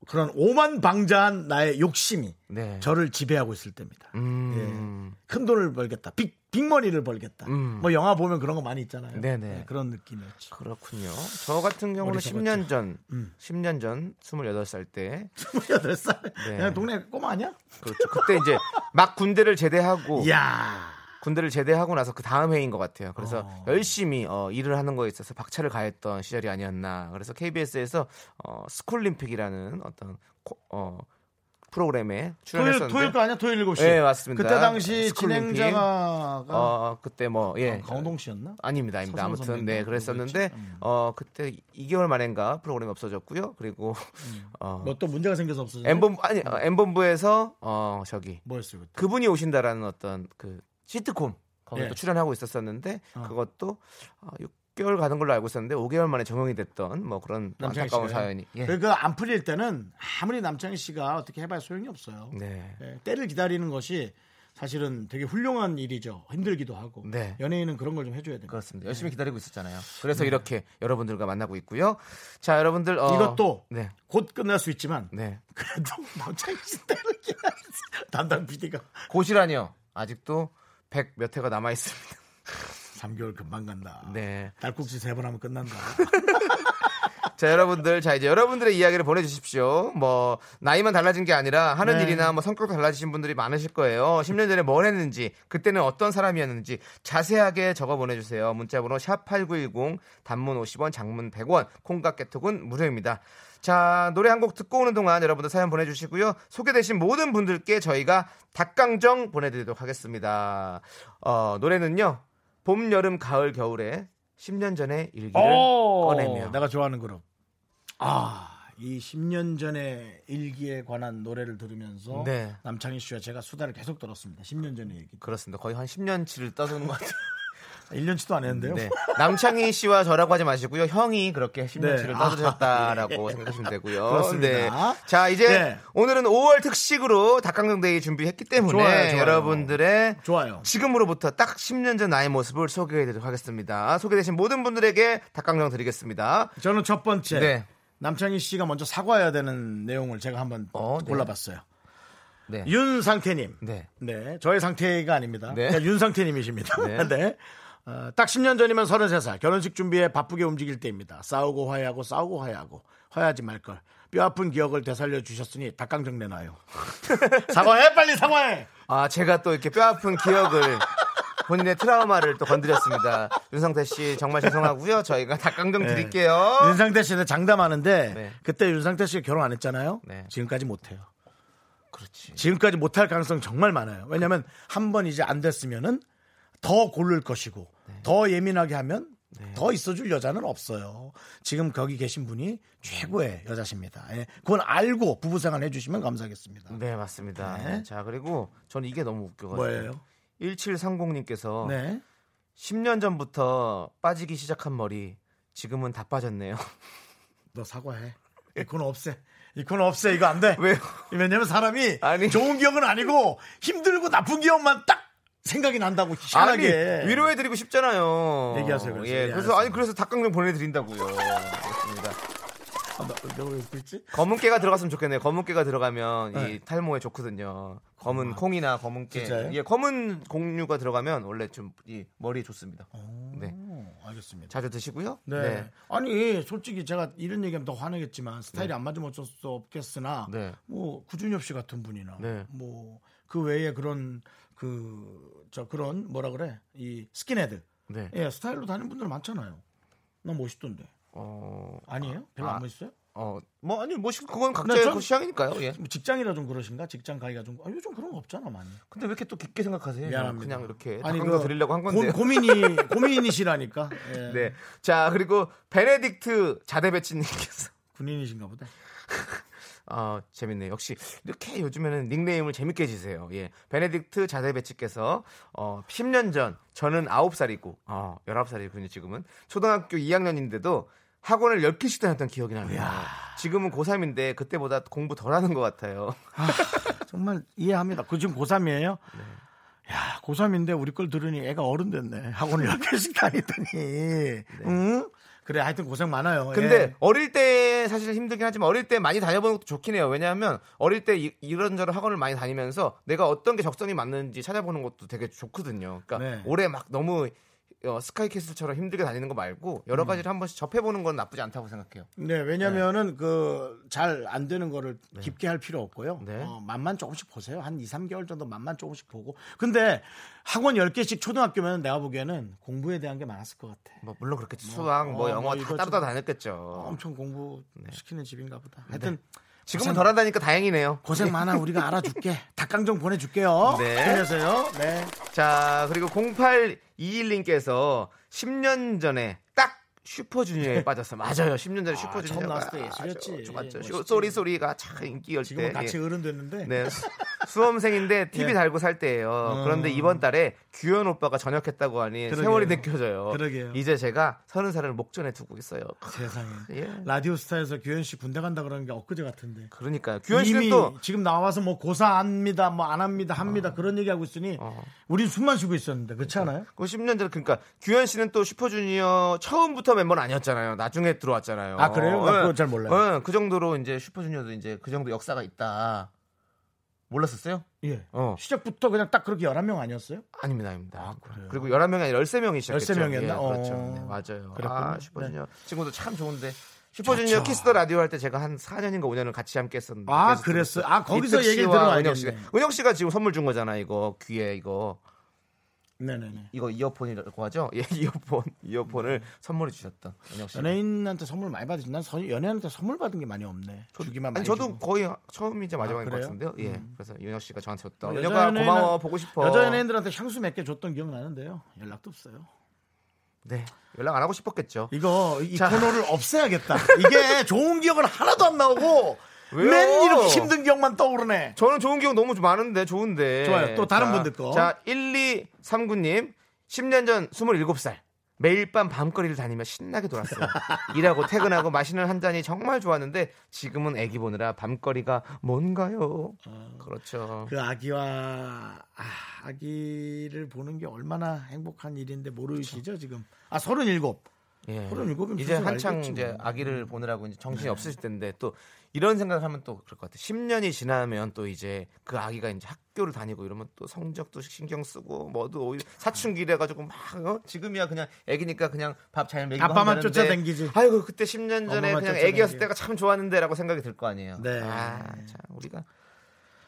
S1: 그런 오만방자한 나의 욕심이
S2: 네.
S1: 저를 지배하고 있을 때입니다.
S2: 음.
S1: 큰 돈을 벌겠다. 빅, 빅머니를 벌겠다.
S2: 음.
S1: 뭐 영화 보면 그런 거 많이 있잖아요.
S2: 네네.
S1: 그런 느낌이었지.
S2: 그렇군요. 저 같은 경우는
S1: 머리 잡았죠.
S2: 10년 전,
S1: 음.
S2: 10년 전, 28살 때,
S1: 28살.
S2: 네.
S1: 그냥 동네 꼬마 아니야?
S2: 그렇죠. 그때 이제 막 군대를 제대하고
S1: 이야.
S2: 군대를 제대하고 나서 그 다음 해인 것 같아요. 그래서
S1: 어.
S2: 열심히 어, 일을 하는 거에 있어서 박차를 가했던 시절이 아니었나. 그래서 KBS에서 어, 스쿨림픽이라는 어떤 코- 어, 프로그램에
S1: 토요일,
S2: 출연했었는데
S1: 토요일도 아니야? 토요일 7시.
S2: 네, 맞습니다.
S1: 그때 당시
S2: 스쿨림픽.
S1: 진행자가
S2: 어, 그때 뭐
S1: 아,
S2: 예.
S1: 강동 씨였나?
S2: 아닙니다, 아닙니다.
S1: 서성
S2: 아무튼
S1: 선배님
S2: 네
S1: 그거
S2: 그랬었는데
S1: 그랬지? 음.
S2: 어 그때 2개월 만인가 프로그램 이 없어졌고요. 그리고 어
S1: 뭐 또 문제가 생겨서 없어졌네.
S2: 엠본 아니 엠본부에서 어 저기
S1: 뭐였어요? 그때?
S2: 그분이 오신다라는 어떤 그 시트콤 거기에
S1: 예.
S2: 또 출연하고 있었었는데
S1: 어.
S2: 그것도 6개월 가는 걸로 알고 있었는데 5개월 만에 정용이 됐던 뭐 그런
S1: 남창희
S2: 안타까운
S1: 씨가요?
S2: 사연이 예.
S1: 그러니까 안 풀릴 때는 아무리 남창희 씨가 어떻게 해봐야 소용이 없어요.
S2: 네.
S1: 예, 때를 기다리는 것이 사실은 되게 훌륭한 일이죠. 힘들기도 하고.
S2: 네.
S1: 연예인은 그런 걸 좀 해줘야 됩니다. 예. 네.
S2: 그렇습니다. 열심히 기다리고 있었잖아요. 그래서 이렇게 여러분들과 만나고 있고요. 자, 여러분들 어,
S1: 이것도
S2: 네.
S1: 곧 끝날 수 있지만
S2: 네.
S1: 그래도 남창희 씨 때를 기다리지. 담당 PD가
S2: 고시라니요. 아직도 100 몇 회가 남아 있습니다.
S1: 3개월 금방 간다.
S2: 네.
S1: 날국지 세 번 하면 끝난다.
S2: 자, 여러분들. 자, 이제 여러분들의 이야기를 보내주십시오. 뭐, 나이만 달라진 게 아니라 하는
S1: 네.
S2: 일이나 뭐 성격도 달라지신 분들이 많으실 거예요. 10년 전에 뭘 했는지, 그때는 어떤 사람이었는지 자세하게 적어 보내주세요. 문자번호 샵8910, 단문 50원, 장문 100원, 콩과 깨톡은 무료입니다. 자, 노래 한 곡 듣고 오는 동안 여러분들 사연 보내주시고요. 소개되신 모든 분들께 저희가 닭강정 보내드리도록 하겠습니다. 어, 노래는요. 봄, 여름, 가을, 겨울에 10년 전의 일기를
S1: 어.
S2: 꺼내며.
S1: 내가 좋아하는 그룹. 아, 이 10년 전의 일기에 관한 노래를 들으면서
S2: 네.
S1: 남창희 씨와 제가 수다를 계속 들었습니다. 10년 전의 얘기.
S2: 그렇습니다. 거의 한 10년치를 떠드는 것 같아요.
S1: 1년치도 안 했는데요.
S2: 네. 남창희 씨와 저라고 하지 마시고요. 형이 그렇게 10년치를
S1: 네. 예.
S2: 떠드셨다라고 생각하시면 되고요.
S1: 그렇습니다.
S2: 자, 이제
S1: 네.
S2: 오늘은 5월 특식으로 닭강정데이 준비했기 때문에
S1: 좋아요, 좋아요.
S2: 여러분들의
S1: 좋아요.
S2: 지금으로부터 딱 10년 전 나의 모습을 소개해드리도록 하겠습니다. 소개되신 모든 분들에게 닭강정 드리겠습니다.
S1: 저는 첫 번째
S2: 네.
S1: 남창희 씨가 먼저 사과해야 되는 내용을 제가 한번
S2: 어, 네.
S1: 골라봤어요.
S2: 네.
S1: 윤상태님.
S2: 네.
S1: 네, 저의 상태가 아닙니다.
S2: 네.
S1: 그냥 윤상태님이십니다.
S2: 네.
S1: 네. 어, 딱 10년 전이면 33살. 결혼식 준비에 바쁘게 움직일 때입니다. 싸우고 화해하고 싸우고 화해하고 화해하지 말걸. 뼈 아픈 기억을 되살려 주셨으니 닭강정 내놔요. 사과해 빨리 사과해.
S2: 아, 제가 또 이렇게 뼈 아픈 기억을 본인의 트라우마를 또 건드렸습니다. 윤상태 씨 정말 죄송하고요. 저희가
S1: 네.
S2: 닭강정 드릴게요.
S1: 윤상태 씨는 장담하는데
S2: 어. 네.
S1: 그때 윤상태 씨가 결혼 안 했잖아요.
S2: 네.
S1: 지금까지 못해요.
S2: 그렇지.
S1: 지금까지 못할 가능성 정말 많아요. 왜냐하면 한 번 이제 안 됐으면은 더 고를 것이고
S2: 네.
S1: 더 예민하게 하면 더 있어줄 여자는 없어요. 지금 거기 계신 분이 최고의 여자십니다. 예, 그건 알고 부부생활 해주시면 감사하겠습니다.
S2: 네, 맞습니다.
S1: 네.
S2: 자, 그리고 저는 이게 너무 웃겨가지고.
S1: 뭐예요?
S2: 어. 1730님께서
S1: 네.
S2: 10년 전부터 빠지기 시작한 머리 지금은 다 빠졌네요.
S1: 너 사과해. 이 코너 예, 없애. 이 코너 없애. 이거 안 돼.
S2: 왜요?
S1: 왜냐면 사람이
S2: 아니.
S1: 좋은 기억은 아니고 힘들고 나쁜 기억만 딱 생각이 난다고 희한하게.
S2: 아니, 위로해드리고 싶잖아요.
S1: 예. 얘기하세요, 그래서.
S2: 예,
S1: 예,
S2: 그래서 아니
S1: 알았습니다.
S2: 그래서 닭강정 보내드린다고요. 그렇습니다.
S1: 아, 나, 내가 왜 웃고 있지?
S2: 검은 깨가 들어갔으면 좋겠네요. 검은 깨가 들어가면 이 탈모에 좋거든요. 검은 콩이나 검은 깨,
S1: 네. 아, 진짜요?
S2: 예, 검은 공류가 들어가면 원래 좀 이 머리에 좋습니다. 네,
S1: 어, 알겠습니다.
S2: 자주 드시고요.
S1: 네. 아니, 솔직히 제가 이런 얘기하면 더 화내겠지만 스타일이 안 맞으면 어쩔 수 없겠으나
S2: 네.
S1: 뭐 구준엽 씨 같은 분이나
S2: 네.
S1: 뭐 그 외에 그런 그 저 그런 뭐라 그래? 이 스킨헤드.
S2: 네.
S1: 예, 스타일로 다니는 분들 많잖아요. 나 멋있던데.
S2: 어,
S1: 아니에요? 별로
S2: 아.
S1: 안 멋있어요?
S2: 어, 뭐 아니 뭐 시- 그건 각자의
S1: 네, 전-
S2: 그 취향이니까요. 예.
S1: 뭐 직장이라 좀 그러신가? 직장 가기가 좀 아, 요즘 그런 거 없잖아 많이.
S2: 근데 왜 이렇게 또 깊게 생각하세요?
S1: 미안합니다.
S2: 그냥 이렇게 닭강정
S1: 그
S2: 드리려고 한
S1: 고-
S2: 건데요.
S1: 고민이 고민이시라니까. 예.
S2: 네. 자, 그리고 베네딕트 자대배치님께서
S1: 군인이신가 보다.
S2: 아, 재밌네요. 역시 이렇게 요즘에는 닉네임을 재밌게 지세요. 예. 베네딕트 자대배치께서 어, 10년 전 저는 9살이고 어, 19살이군요, 지금은. 초등학교 2학년인데도 학원을 10개씩 다녔던 기억이 나네요. 지금은 고3인데 그때보다 공부 덜 하는 것 같아요.
S1: 정말 이해합니다. 그 지금 고3이에요?
S2: 네.
S1: 야, 고3인데 우리 걸 들으니 애가 어른 됐네. 학원을 10개씩 다니더니. 응? 그래, 하여튼 고생 많아요.
S2: 네. 근데
S1: 예.
S2: 어릴 때 사실 힘들긴 하지만 어릴 때 많이 다녀보는 것도 좋긴 해요. 왜냐하면 어릴 때 이- 이런저런 학원을 많이 다니면서 내가 어떤 게 적성이 맞는지 찾아보는 것도 되게 좋거든요. 그러니까
S1: 네.
S2: 올해 막 너무 어, 스카이캐슬처럼 힘들게 다니는 거 말고
S1: 음.
S2: 여러 가지를 한 번씩 접해보는 건 나쁘지 않다고 생각해요.
S1: 네, 왜냐면은 그 잘 안 되는 거를 깊게 할 필요 없고요.
S2: 네.
S1: 어, 맛만 조금씩 보세요. 한 2, 3개월 정도 맛만 조금씩 보고. 근데 학원 10개씩 초등학교면 내가 보기에는 공부에 대한 게 많았을 것 같아.
S2: 뭐 물론 그렇겠지 수학, 뭐
S1: 어,
S2: 영어
S1: 뭐
S2: 다
S1: 이거
S2: 따로 다
S1: 좀-
S2: 다녔겠죠.
S1: 엄청 공부시키는 집인가 보다. 하여튼
S2: 어. 네. 지금은
S1: 고생-
S2: 덜 하다니까 다행이네요.
S1: 고생 많아 우리가 알아줄게. 닭강정 보내줄게요.
S2: 네.
S1: 힘내세요. 네.
S2: 자, 그리고 0821님께서 10년 전에 딱 슈퍼주니어에 빠졌어. 맞아요. 10년 전에 슈퍼주니어.
S1: 네. 처음 나왔을 때 예술이었지.
S2: 맞죠.
S1: 멋있지.
S2: 쏘리 쏘리가 참 인기였대.
S1: 지금은 같이 어른 됐는데.
S2: 네. 수- 수험생인데 TV
S1: 예.
S2: 달고 살 때예요. 그런데 이번 달에 규현 오빠가 전역했다고 하니
S1: 그러게요.
S2: 세월이 느껴져요.
S1: 그러게요.
S2: 이제 제가 서른 살을 목전에 두고 있어요.
S1: 세상에.
S2: 예.
S1: 라디오 스타에서 규현 씨 군대 간다 그러는 게 엊그제 같은데.
S2: 그러니까요. 규현 씨는
S1: 이미
S2: 또 아.
S1: 지금 나와서 뭐 고사합니다, 뭐 안 합니다, 합니다 그런 얘기하고 있으니 우린 숨만 쉬고 있었는데 그렇지 않아요?
S2: 그 10년 전 그러니까 규현 씨는 또 슈퍼주니어 처음부터 멤버는 아니었잖아요. 나중에 들어왔잖아요.
S1: 아, 그래요? 나 그거 잘 몰라요.
S2: 예, 그 정도로 이제 슈퍼주니어도 이제 그 정도 역사가 있다. 몰랐었어요?
S1: 예.
S2: 어.
S1: 시작부터 그냥 딱 그렇게 11명 아니었어요?
S2: 아닙니다, 아닙니다.
S1: 그래요?
S2: 그리고 11명이 아니라 13명이 시작했죠.
S1: 13명이었나?
S2: 예, 그렇죠.
S1: 어.
S2: 네, 맞아요.
S1: 그랬군요.
S2: 아, 슈퍼주니어. 친구도 참 좋은데. 슈퍼주니어 키스 더 라디오 할 때 제가 한 4년인가 5년을 같이 함께 했었는데.
S1: 아,
S2: 그래서
S1: 그랬어요?
S2: 들었어요.
S1: 아, 거기서
S2: 이특
S1: 얘기를
S2: 씨와
S1: 들으면
S2: 은혁 씨가.
S1: 알겠네.
S2: 은혁 씨가 지금 선물 준 거잖아, 이거. 귀에 이거.
S1: 네네네.
S2: 이거 이어폰이라고 하죠? 예, 이어폰. 이어폰을 선물해 주셨던 은혁 씨.
S1: 음. 연예인한테 선물 많이 받으신 난 선- 연예인한테 선물 받은 게 많이 없네. 주기만 많이
S2: 아니 저도
S1: 주고. 아,
S2: 거의 처음이자 마지막인 것
S1: 그래요? 음. 어,
S2: 같은데요. 예. 그래서 윤혁 씨가 저한테 줬던
S1: 여자
S2: 윤혁아
S1: 연예인은-
S2: 고마워 보고 싶어.
S1: 여자 연예인들한테 향수 몇 개 줬던 기억 나는데요. 연락도 없어요.
S2: 네. 연락 안 하고 싶었겠죠.
S1: 이거 이
S2: 자.
S1: 코너를 없애야겠다. 이게 좋은 기억은 하나도 안 나오고
S2: 왜요?
S1: 맨 이렇게 힘든 기억만 떠오르네.
S2: 저는 좋은 기억 너무 많은데 좋은데.
S1: 좋아요. 또 다른 분들 거.
S2: 자, 1239님. 10년 전 27살. 매일 밤 밤거리를 다니며 신나게 놀았어요. 일하고 퇴근하고 마시는 한 잔이 정말 좋았는데 지금은 애기 보느라 밤거리가 뭔가요? 그렇죠.
S1: 그 아기와 아, 기를 보는 게 얼마나 행복한 일인데 모르시죠 지금? 아 서른일곱.
S2: 예.
S1: 그럼 이거는
S2: 이제
S1: 스스로
S2: 한창
S1: 알겠지,
S2: 이제
S1: 뭐. 네.
S2: 아기를 보느라고 이제 정신이 없으실 텐데 또 이런 생각하면 또 그럴 것 같아요. 10년이 지나면 또 이제 그 아기가 이제 학교를 다니고 이러면 또 성적도 신경 쓰고 뭐도 오히려 사춘기래 가지고 막 어? 지금이야 그냥 아기니까 그냥 밥 잘 먹이고
S1: 아빠만
S2: 하면
S1: 쫓아다니지.
S2: 아이고 그때 10년 전에
S1: 엄마만
S2: 그냥
S1: 쫓아다니고.
S2: 아기였을 때가 참 좋았는데라고 생각이 들 거 아니에요.
S1: 네.
S2: 아, 참 우리가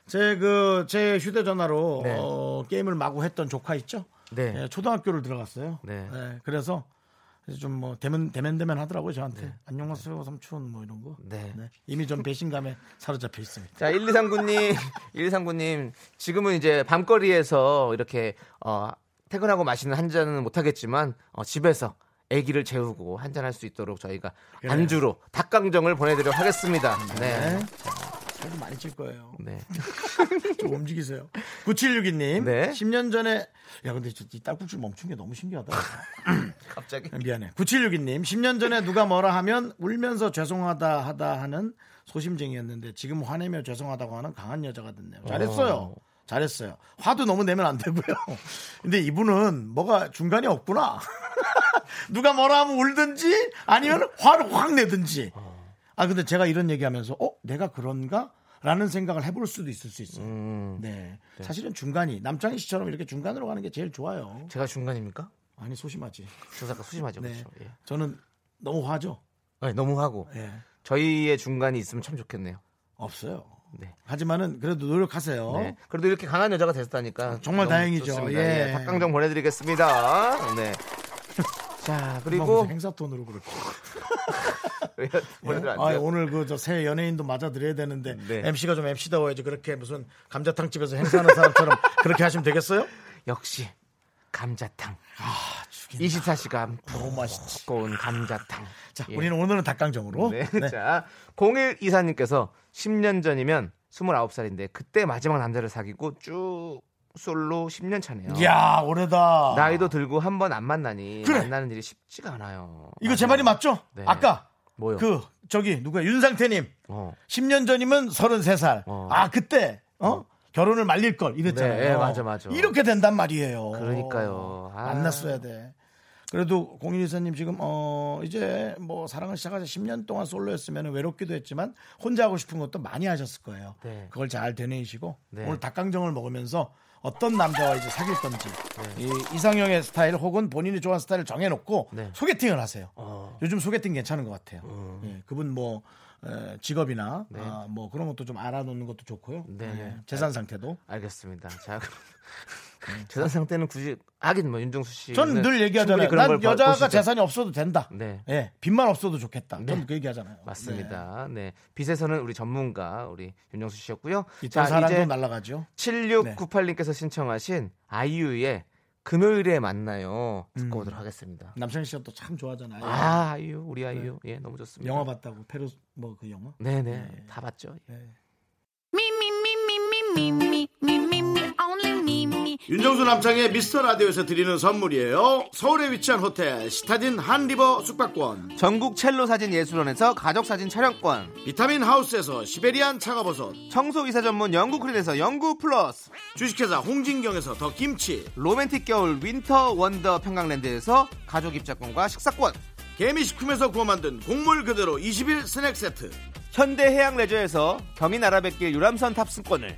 S1: 제 그 제 휴대전화로
S2: 네.
S1: 어, 게임을 마구 했던 조카 있죠?
S2: 네.
S1: 예, 초등학교를 들어갔어요.
S2: 네.
S1: 예, 그래서 좀 뭐 대면 대면 대면 하더라고요 저한테 안녕하세요 삼촌 뭐 이런 거.
S2: 네.
S1: 이미 좀 배신감에 사로잡혀 있습니다.
S2: 자, 1239님, 1239님, 지금은 이제 밤거리에서 이렇게, 어, 퇴근하고 마시는 한 잔은 못하겠지만, 어, 집에서 아기를 재우고 한 잔 할 수 있도록 저희가 안주로 닭강정을 보내드리도록 하겠습니다. 네.
S1: 저도 많이 칠 거예요.
S2: 네.
S1: 좀 움직이세요. 9762님.
S2: 네.
S1: 10년 전에 야 근데 저이 딸꾹질 멈춘 게 너무 신기하다.
S2: 갑자기.
S1: 아, 미안해. 9762님. 10년 전에 누가 뭐라 하면 울면서 죄송하다 하다 하는 소심쟁이였는데 지금 화내며 죄송하다고 하는 강한 여자가 됐네요. 잘했어요. 잘했어요. 화도 너무 내면 안 되고요. 근데 이분은 뭐가 중간이 없구나. 누가 뭐라 하면 울든지 아니면 화를 확 내든지. 아 근데 제가 이런 얘기하면서 어 내가 그런가? 라는 생각을 해볼 수도 있을 수 있어요.
S2: 음,
S1: 네. 사실은 중간이 남창희 씨처럼 이렇게 중간으로 가는 게 제일 좋아요.
S2: 제가 중간입니까?
S1: 아니 소심하지.
S2: 저 작가 수심하죠.
S1: 네.
S2: 그렇죠. 예.
S1: 저는 너무 화죠.
S2: 아니, 너무 하고.
S1: 예.
S2: 저희의 중간이 있으면 참 좋겠네요.
S1: 없어요.
S2: 네.
S1: 하지만은 그래도 노력하세요.
S2: 네. 그래도 이렇게 강한 여자가 됐다니까
S1: 어? 정말
S2: 너무
S1: 다행이죠.
S2: 좋습니다.
S1: 예.
S2: 예. 닭강정 보내드리겠습니다. 네. 자
S1: 그리고
S2: 그리고
S1: 행사 돈으로 그렇게.
S2: 보내드려 안
S1: 아,
S2: 돼요?
S1: 오늘 그 저 새 연예인도 맞아 드려야 되는데
S2: 네.
S1: MC가 좀 MC다워야지 그렇게 무슨 감자탕 집에서 행사하는 사람처럼 그렇게 하시면 되겠어요?
S2: 역시 감자탕. 24시간
S1: 너무 맛있지.
S2: 두꺼운 감자탕.
S1: 자,
S2: 예.
S1: 우리는 오늘은 닭강정으로.
S2: 네.
S1: 네.
S2: 자, 01 이사님께서 10년 전이면 29살인데 그때 마지막 남자를 사귀고 쭉 솔로 10년 차네요.
S1: 이야, 오래다.
S2: 어. 나이도 들고 한 번 안 만나니
S1: 그래.
S2: 만나는 일이 쉽지가 않아요.
S1: 이거 제 말이 맞죠?
S2: 네.
S1: 아까
S2: 뭐요?
S1: 그 저기 누구야? 윤상태님.
S2: 어.
S1: 10년 전이면 33살.
S2: 어.
S1: 아, 그때 어? 결혼을 말릴 걸 이랬잖아요.
S2: 네, 예, 맞아, 맞아.
S1: 이렇게 된단 말이에요.
S2: 그러니까요. 아.
S1: 만났어야 돼. 그래도 공인 이사님 지금 어 이제 뭐 사랑을 시작하자 10년 동안 솔로였으면 외롭기도 했지만 혼자 하고 싶은 것도 많이 하셨을 거예요.
S2: 네.
S1: 그걸 잘 되뇌이시고
S2: 네.
S1: 오늘 닭강정을 먹으면서 어떤 남자와 이제 사귈 건지 이 이상형의 스타일 혹은 본인이 좋아하는 스타일을 정해놓고
S2: 네.
S1: 소개팅을 하세요. 요즘 소개팅 괜찮은 것 같아요.
S2: 어.
S1: 예, 그분 뭐 에, 직업이나 아, 뭐 그런 것도 좀 알아놓는 것도 좋고요.
S2: 네.
S1: 예, 재산 상태도.
S2: 알겠습니다. 자, 그럼 재산 상태는 굳이 하긴 뭐 윤종수 씨.
S1: 저는 음. 늘 얘기하잖아요. 난 여자가 재산이 없어도 된다.
S2: 네.
S1: 예, 빚만 없어도 좋겠다. 저는 그 얘기하잖아요. 예.
S2: 맞습니다. 네. 빚에서는 우리 전문가 우리 윤정수 씨였고요.
S1: 네. 이딴
S2: 자,
S1: 사람도
S2: 이제
S1: 날아가죠. 네.
S2: 7698님께서 신청하신 아이유의 금요일에 만나요.
S1: 음.
S2: 듣고 오도록 하겠습니다.
S1: 남창희 씨가 또 참 좋아하잖아요.
S2: 아, 아이유, 우리 아이유. 예, 너무 좋습니다.
S1: 네. 영화 봤다고 페루 뭐 그 영화.
S2: 네, 네. 다 봤죠. 예.
S1: 윤정수 남창의 네, 미스터 라디오에서 드리는 선물이에요. 서울에 위치한 호텔 시타딘 한 리버 숙박권,
S2: 전국 첼로 사진 예술원에서 가족 사진 촬영권,
S1: 비타민 하우스에서 시베리안 차가버섯,
S2: 청소 이사 전문 영국 크린에서 영구 플러스,
S1: 주식회사 홍진경에서 더 김치,
S2: 로맨틱 겨울 윈터 원더 평강랜드에서 가족 입자권과 식사권,
S1: 개미식품에서 구워 만든 곡물 그대로 20일 스낵 세트,
S2: 현대 해양 레저에서 경인 아라뱃길 유람선 탑승권을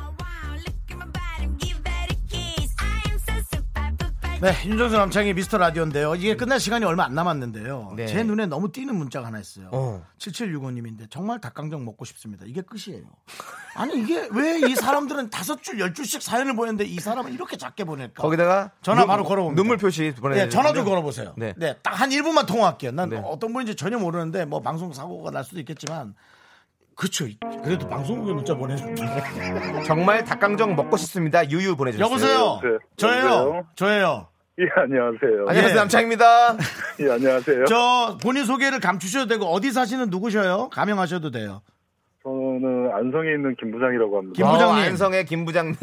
S1: 네, 윤정수 남창희 미스터 라디오인데요. 이게 끝날 시간이 얼마 안 남았는데요.
S2: 네.
S1: 제 눈에 너무 띄는 문자가 하나 있어요.
S2: 어.
S1: 7765님인데 정말 닭강정 먹고 싶습니다. 이게 끝이에요. 아니 이게 왜 이 사람들은 다섯 줄, 열 줄씩 사연을 보냈는데 이 사람은 이렇게 작게 보낼까?
S2: 거기다가
S1: 전화
S2: 눈-
S1: 바로 걸어봅니다.
S2: 눈물 표시 보내.
S1: 네, 전화 좀 걸어보세요. 네,
S2: 네.
S1: 딱 한 1분만 통화할게요. 난
S2: 네.
S1: 어떤 분인지 전혀 모르는데 뭐 방송 사고가 날 수도 있겠지만 그쵸. 그래도 방송국에 문자 보내줬는데.
S4: 네,
S2: 정말 닭강정 먹고 싶습니다. 유유 보내주세요.
S1: 여보세요.
S4: 네.
S1: 저예요.
S4: 여보세요?
S1: 저예요.
S4: 예, 안녕하세요.
S2: 안녕하세요
S1: 예.
S2: 남창입니다.
S4: 예, 안녕하세요. 저...
S1: 저 본인 소개를 감추셔도 되고 어디 사시는 누구셔요? 가명하셔도 돼요.
S4: 는 안성에 있는 김부장이라고 합니다.
S1: 김 부장님.
S2: 어, 안성의 김 부장님.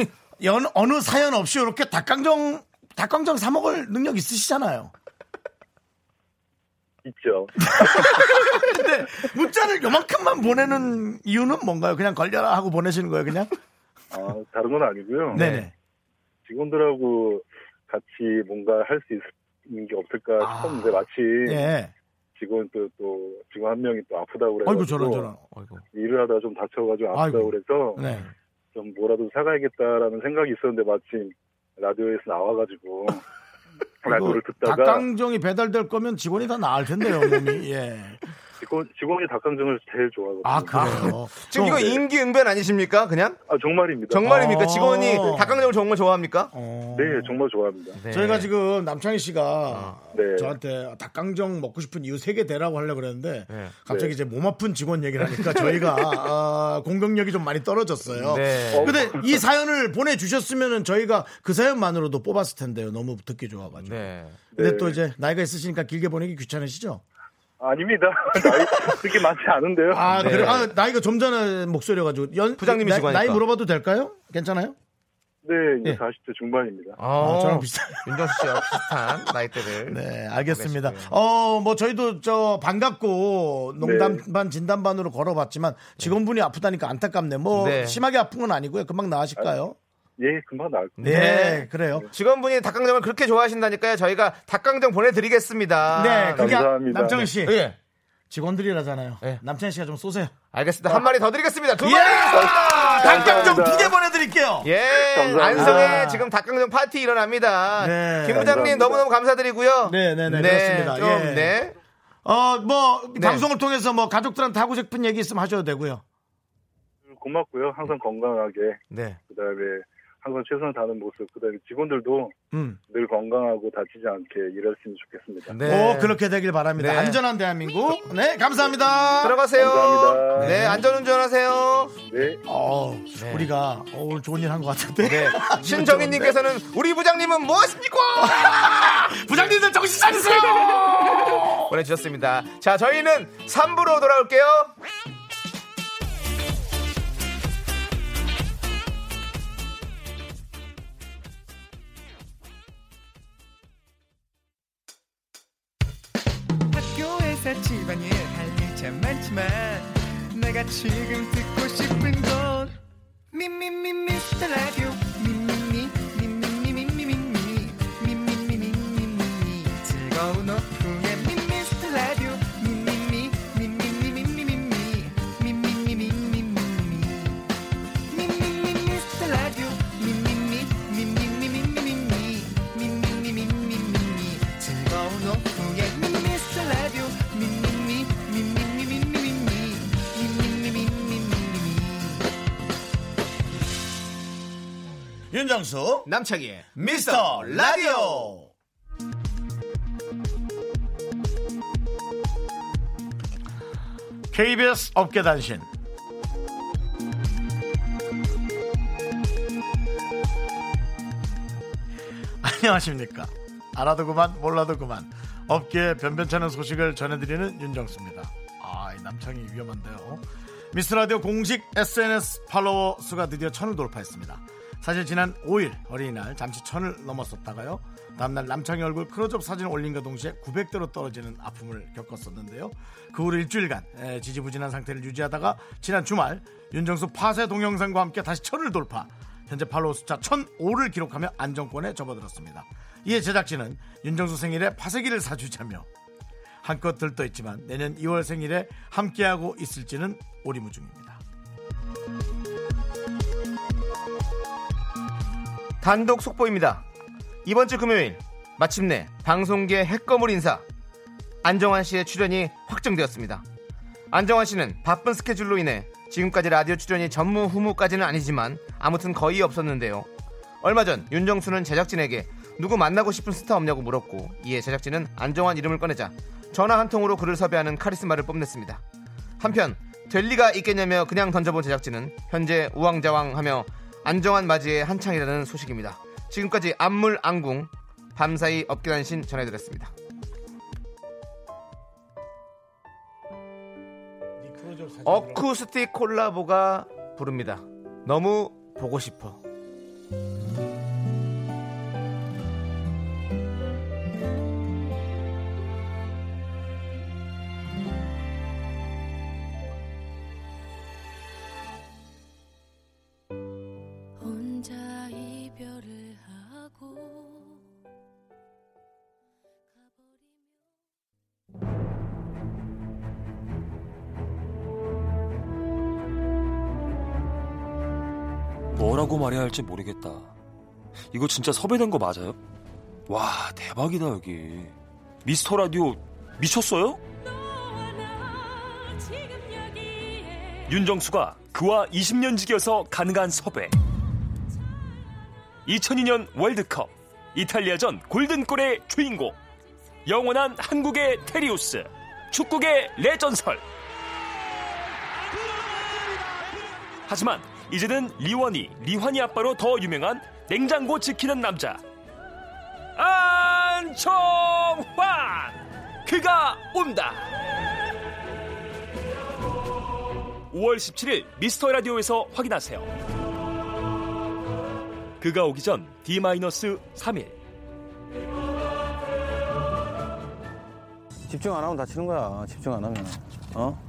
S1: 연, 어느 사연 없이 이렇게 닭강정 닭강정 사 먹을 능력 있으시잖아요.
S4: 있죠.
S1: 근데 문자를 요만큼만 보내는 이유는 뭔가요? 그냥 걸려라 하고 보내시는 거예요, 그냥?
S4: 아, 다른 건 아니고요.
S1: 네네.
S4: 직원들하고 같이 뭔가 할 수 있는 게 없을까
S2: 아.
S4: 싶었는데 마침
S1: 예.
S4: 직원 또, 또 직원 한 명이 또 아프다고 그래서
S1: 아이고 저런 저런.
S2: 어이구.
S4: 일을 하다가 좀 다쳐가지고 아프다고
S1: 아이고.
S4: 그래서
S1: 네.
S4: 좀 뭐라도 사가야겠다라는 생각이 있었는데 마침 라디오에서 나와가지고 라디오를
S1: 이거
S4: 듣다가
S1: 닭강정이 배달될 거면 직원이 다 나을 텐데요, 몸이. 예.
S4: 직원, 직원이 닭강정을 제일 좋아하거든요.
S1: 아 그래요.
S2: 지금 이거 인기응변 아니십니까? 그냥?
S4: 아, 정말입니다.
S2: 정말입니까?
S1: 아.
S2: 직원이 닭강정을 정말 좋아합니까?
S1: 어.
S4: 네, 정말 좋아합니다.
S2: 네.
S1: 저희가 지금 남창희 씨가
S4: 네.
S1: 저한테 닭강정 먹고 싶은 이유 세 개 대라고 하려고 그랬는데
S2: 네.
S1: 갑자기
S4: 네.
S1: 이제 몸 아픈 직원 얘기를 하니까 저희가 아, 공격력이 좀 많이 떨어졌어요.
S2: 네.
S1: 근데 이 사연을 보내주셨으면 저희가 그 사연만으로도 뽑았을 텐데요. 너무 듣기 좋아가지고.
S2: 네.
S1: 근데
S4: 네.
S1: 또 이제 나이가 있으시니까 길게 보내기 귀찮으시죠?
S4: 아닙니다. 나이 그렇게 많지 않은데요.
S1: 아,
S2: 네.
S1: 그래. 아, 나이가 점잖은 목소리여가지고. 연,
S2: 부장님이시고
S1: 나- 나이
S2: 하니까.
S1: 물어봐도 될까요? 괜찮아요?
S4: 네, 이제
S1: 예.
S4: 40대 중반입니다.
S1: 아,
S2: 어,
S1: 저랑 비슷해요.
S2: 윤정수 씨와 비슷한 나이대를.
S1: 네, 알겠습니다.
S2: 알겠습니다.
S1: 어, 뭐 저희도 저 반갑고 농담반 진담반으로 걸어봤지만 직원분이 아프다니까 안타깝네. 뭐
S2: 네.
S1: 심하게 아픈 건 아니고요. 금방 나으실까요?
S4: 예, 금방 나을 겁니다.
S1: 네,
S2: 네.
S1: 그래요.
S2: 직원분이 닭강정을 그렇게 좋아하신다니까요. 저희가 닭강정 보내드리겠습니다.
S1: 네, 그게
S4: 감사합니다.
S1: 남정희 씨
S2: 아, 예.
S1: 직원들이라잖아요.
S2: 예.
S1: 남창희 씨가 좀 쏘세요.
S2: 알겠습니다. 한 마리 더 드리겠습니다. 두
S1: 예!
S2: 마리 드리겠습니다.
S1: 닭강정 두 개 보내드릴게요.
S2: 예,
S4: 감사합니다.
S2: 안성에
S1: 아.
S2: 지금 닭강정 파티 일어납니다.
S1: 네.
S2: 김 부장님
S4: 감사합니다.
S2: 너무너무 감사드리고요.
S1: 네, 네, 네, 그렇습니다.
S2: 좀,
S1: 예.
S2: 네.
S1: 어, 뭐
S2: 네.
S1: 방송을 통해서 뭐 가족들한테 하고 싶은 얘기 있으면 하셔도 되고요.
S4: 고맙고요. 항상 건강하게,
S2: 네.
S4: 그 다음에 항상 최선을 다하는 모습, 그 다음에 직원들도
S1: 음.
S4: 늘 건강하고 다치지 않게 일했으면 좋겠습니다.
S2: 네.
S1: 오, 그렇게 되길 바랍니다.
S2: 네.
S1: 안전한 대한민국. 네, 감사합니다.
S2: 들어가세요.
S4: 감사합니다.
S2: 네, 안전운전 하세요.
S4: 네.
S1: 어,
S2: 네.
S1: 우리가 어, 오늘 좋은 일 한 것 같은데.
S2: 네. 신정희님께서는 우리 부장님은 무엇입니까?
S1: 부장님들 정신 차리세요!
S2: 보내주셨습니다. 자, 저희는 3부로 돌아올게요.
S5: 학교에서 집안일 할 일 참 많지만 내가 지금 듣고 싶은 건 미미미 미스터 라디오 미미미 미미미 미미미 미미미 미미미 즐거운 오후에 미스터 라디오 미미미 미미미 미미미 미미미 미미미
S1: 윤정수,
S2: 남창희의
S1: 미스터 라디오! KBS 업계단신. 안녕하십니까. 알아도 그만, 몰라도 그만. 업계의 변변찮은 소식을 전해드리는 윤정수입니다. 아, 이 남창이 위험한데요. 미스라디오 공식 SNS 팔로워 수가 드디어 천을 돌파했습니다. 사실 지난 5일 어린이날 잠시 천을 넘었었다가요. 다음날 남창희 얼굴 크로즈업 사진 올린과 그 동시에 900대로 떨어지는 아픔을 겪었었는데요. 그 후로 일주일간 에, 지지부진한 상태를 유지하다가 지난 주말 윤정수 파쇄 동영상과 함께 다시 천을 돌파 현재 팔로우 숫자 1005를 기록하며 안정권에 접어들었습니다. 이에 제작진은 윤정수 생일에 파쇄기를 사주자며 한껏 들떠있지만 내년 2월 생일에 함께하고 있을지는 오리무중입니다.
S2: 단독 속보입니다. 이번 주 금요일 마침내 방송계 핵거물 인사 안정환 씨의 출연이 확정되었습니다. 안정환 씨는 바쁜 스케줄로 인해 지금까지 라디오 출연이 전무후무까지는 아니지만 아무튼 거의 없었는데요. 얼마 전 윤정수는 제작진에게 누구 만나고 싶은 스타 없냐고 물었고 이에 제작진은 안정환 이름을 꺼내자 전화 한 통으로 그를 섭외하는 카리스마를 뽐냈습니다. 한편 될 리가 있겠냐며 그냥 던져본 제작진은 현재 우왕좌왕하며 안정환 맞이에 한창이라는 소식입니다. 지금까지 안물안궁 밤사이 업계단신 전해드렸습니다. 어쿠스틱 콜라보가 부릅니다. 너무 보고 싶어.
S3: 혼자 이별을 하고
S6: 뭐라고 말해야 할지 모르겠다. 이거 진짜 섭외된 거 맞아요? 와, 대박이다, 여기. 미스터 라디오 미쳤어요?
S3: 가버리면
S6: 윤정수가 그와 20년 지겨서 가능한 섭외. 2002년 월드컵 이탈리아전 골든골의 주인공 영원한 한국의 테리우스 축구계 레전설 하지만 이제는 리원이 리환이 아빠로 더 유명한 냉장고 지키는 남자 안청환 그가 온다 5월 17일 미스터 라디오에서 확인하세요. 그가 오기 전 D-3일
S7: 집중 안 하면 다치는 거야. 집중 안 하면. 어?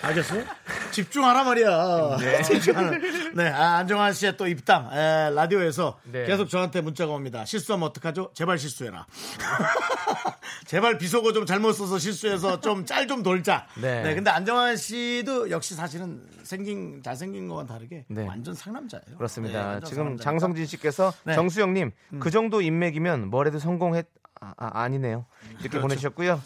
S1: 알겠어요? 집중하라 말이야. 집중하라. 네, 아, 안정환 씨의 또 입당. 에, 라디오에서
S2: 네.
S1: 계속 저한테 문자가 옵니다. 실수하면 어떡하죠? 제발 실수해라. 제발 비속어 좀 잘못 써서 실수해서 좀 짤 좀 돌자. 네.
S2: 네.
S1: 근데 안정환 씨도 역시 사실은 생긴 잘생긴 거와 다르게
S2: 네.
S1: 완전 상남자예요. 네,
S2: 그렇습니다.
S1: 완전
S2: 지금
S1: 상남자니까.
S2: 장성진 씨께서
S1: 네.
S2: 정수영님 그 정도 인맥이면 뭐래도 성공했 아, 아, 니네요 이렇게 보내주셨고요.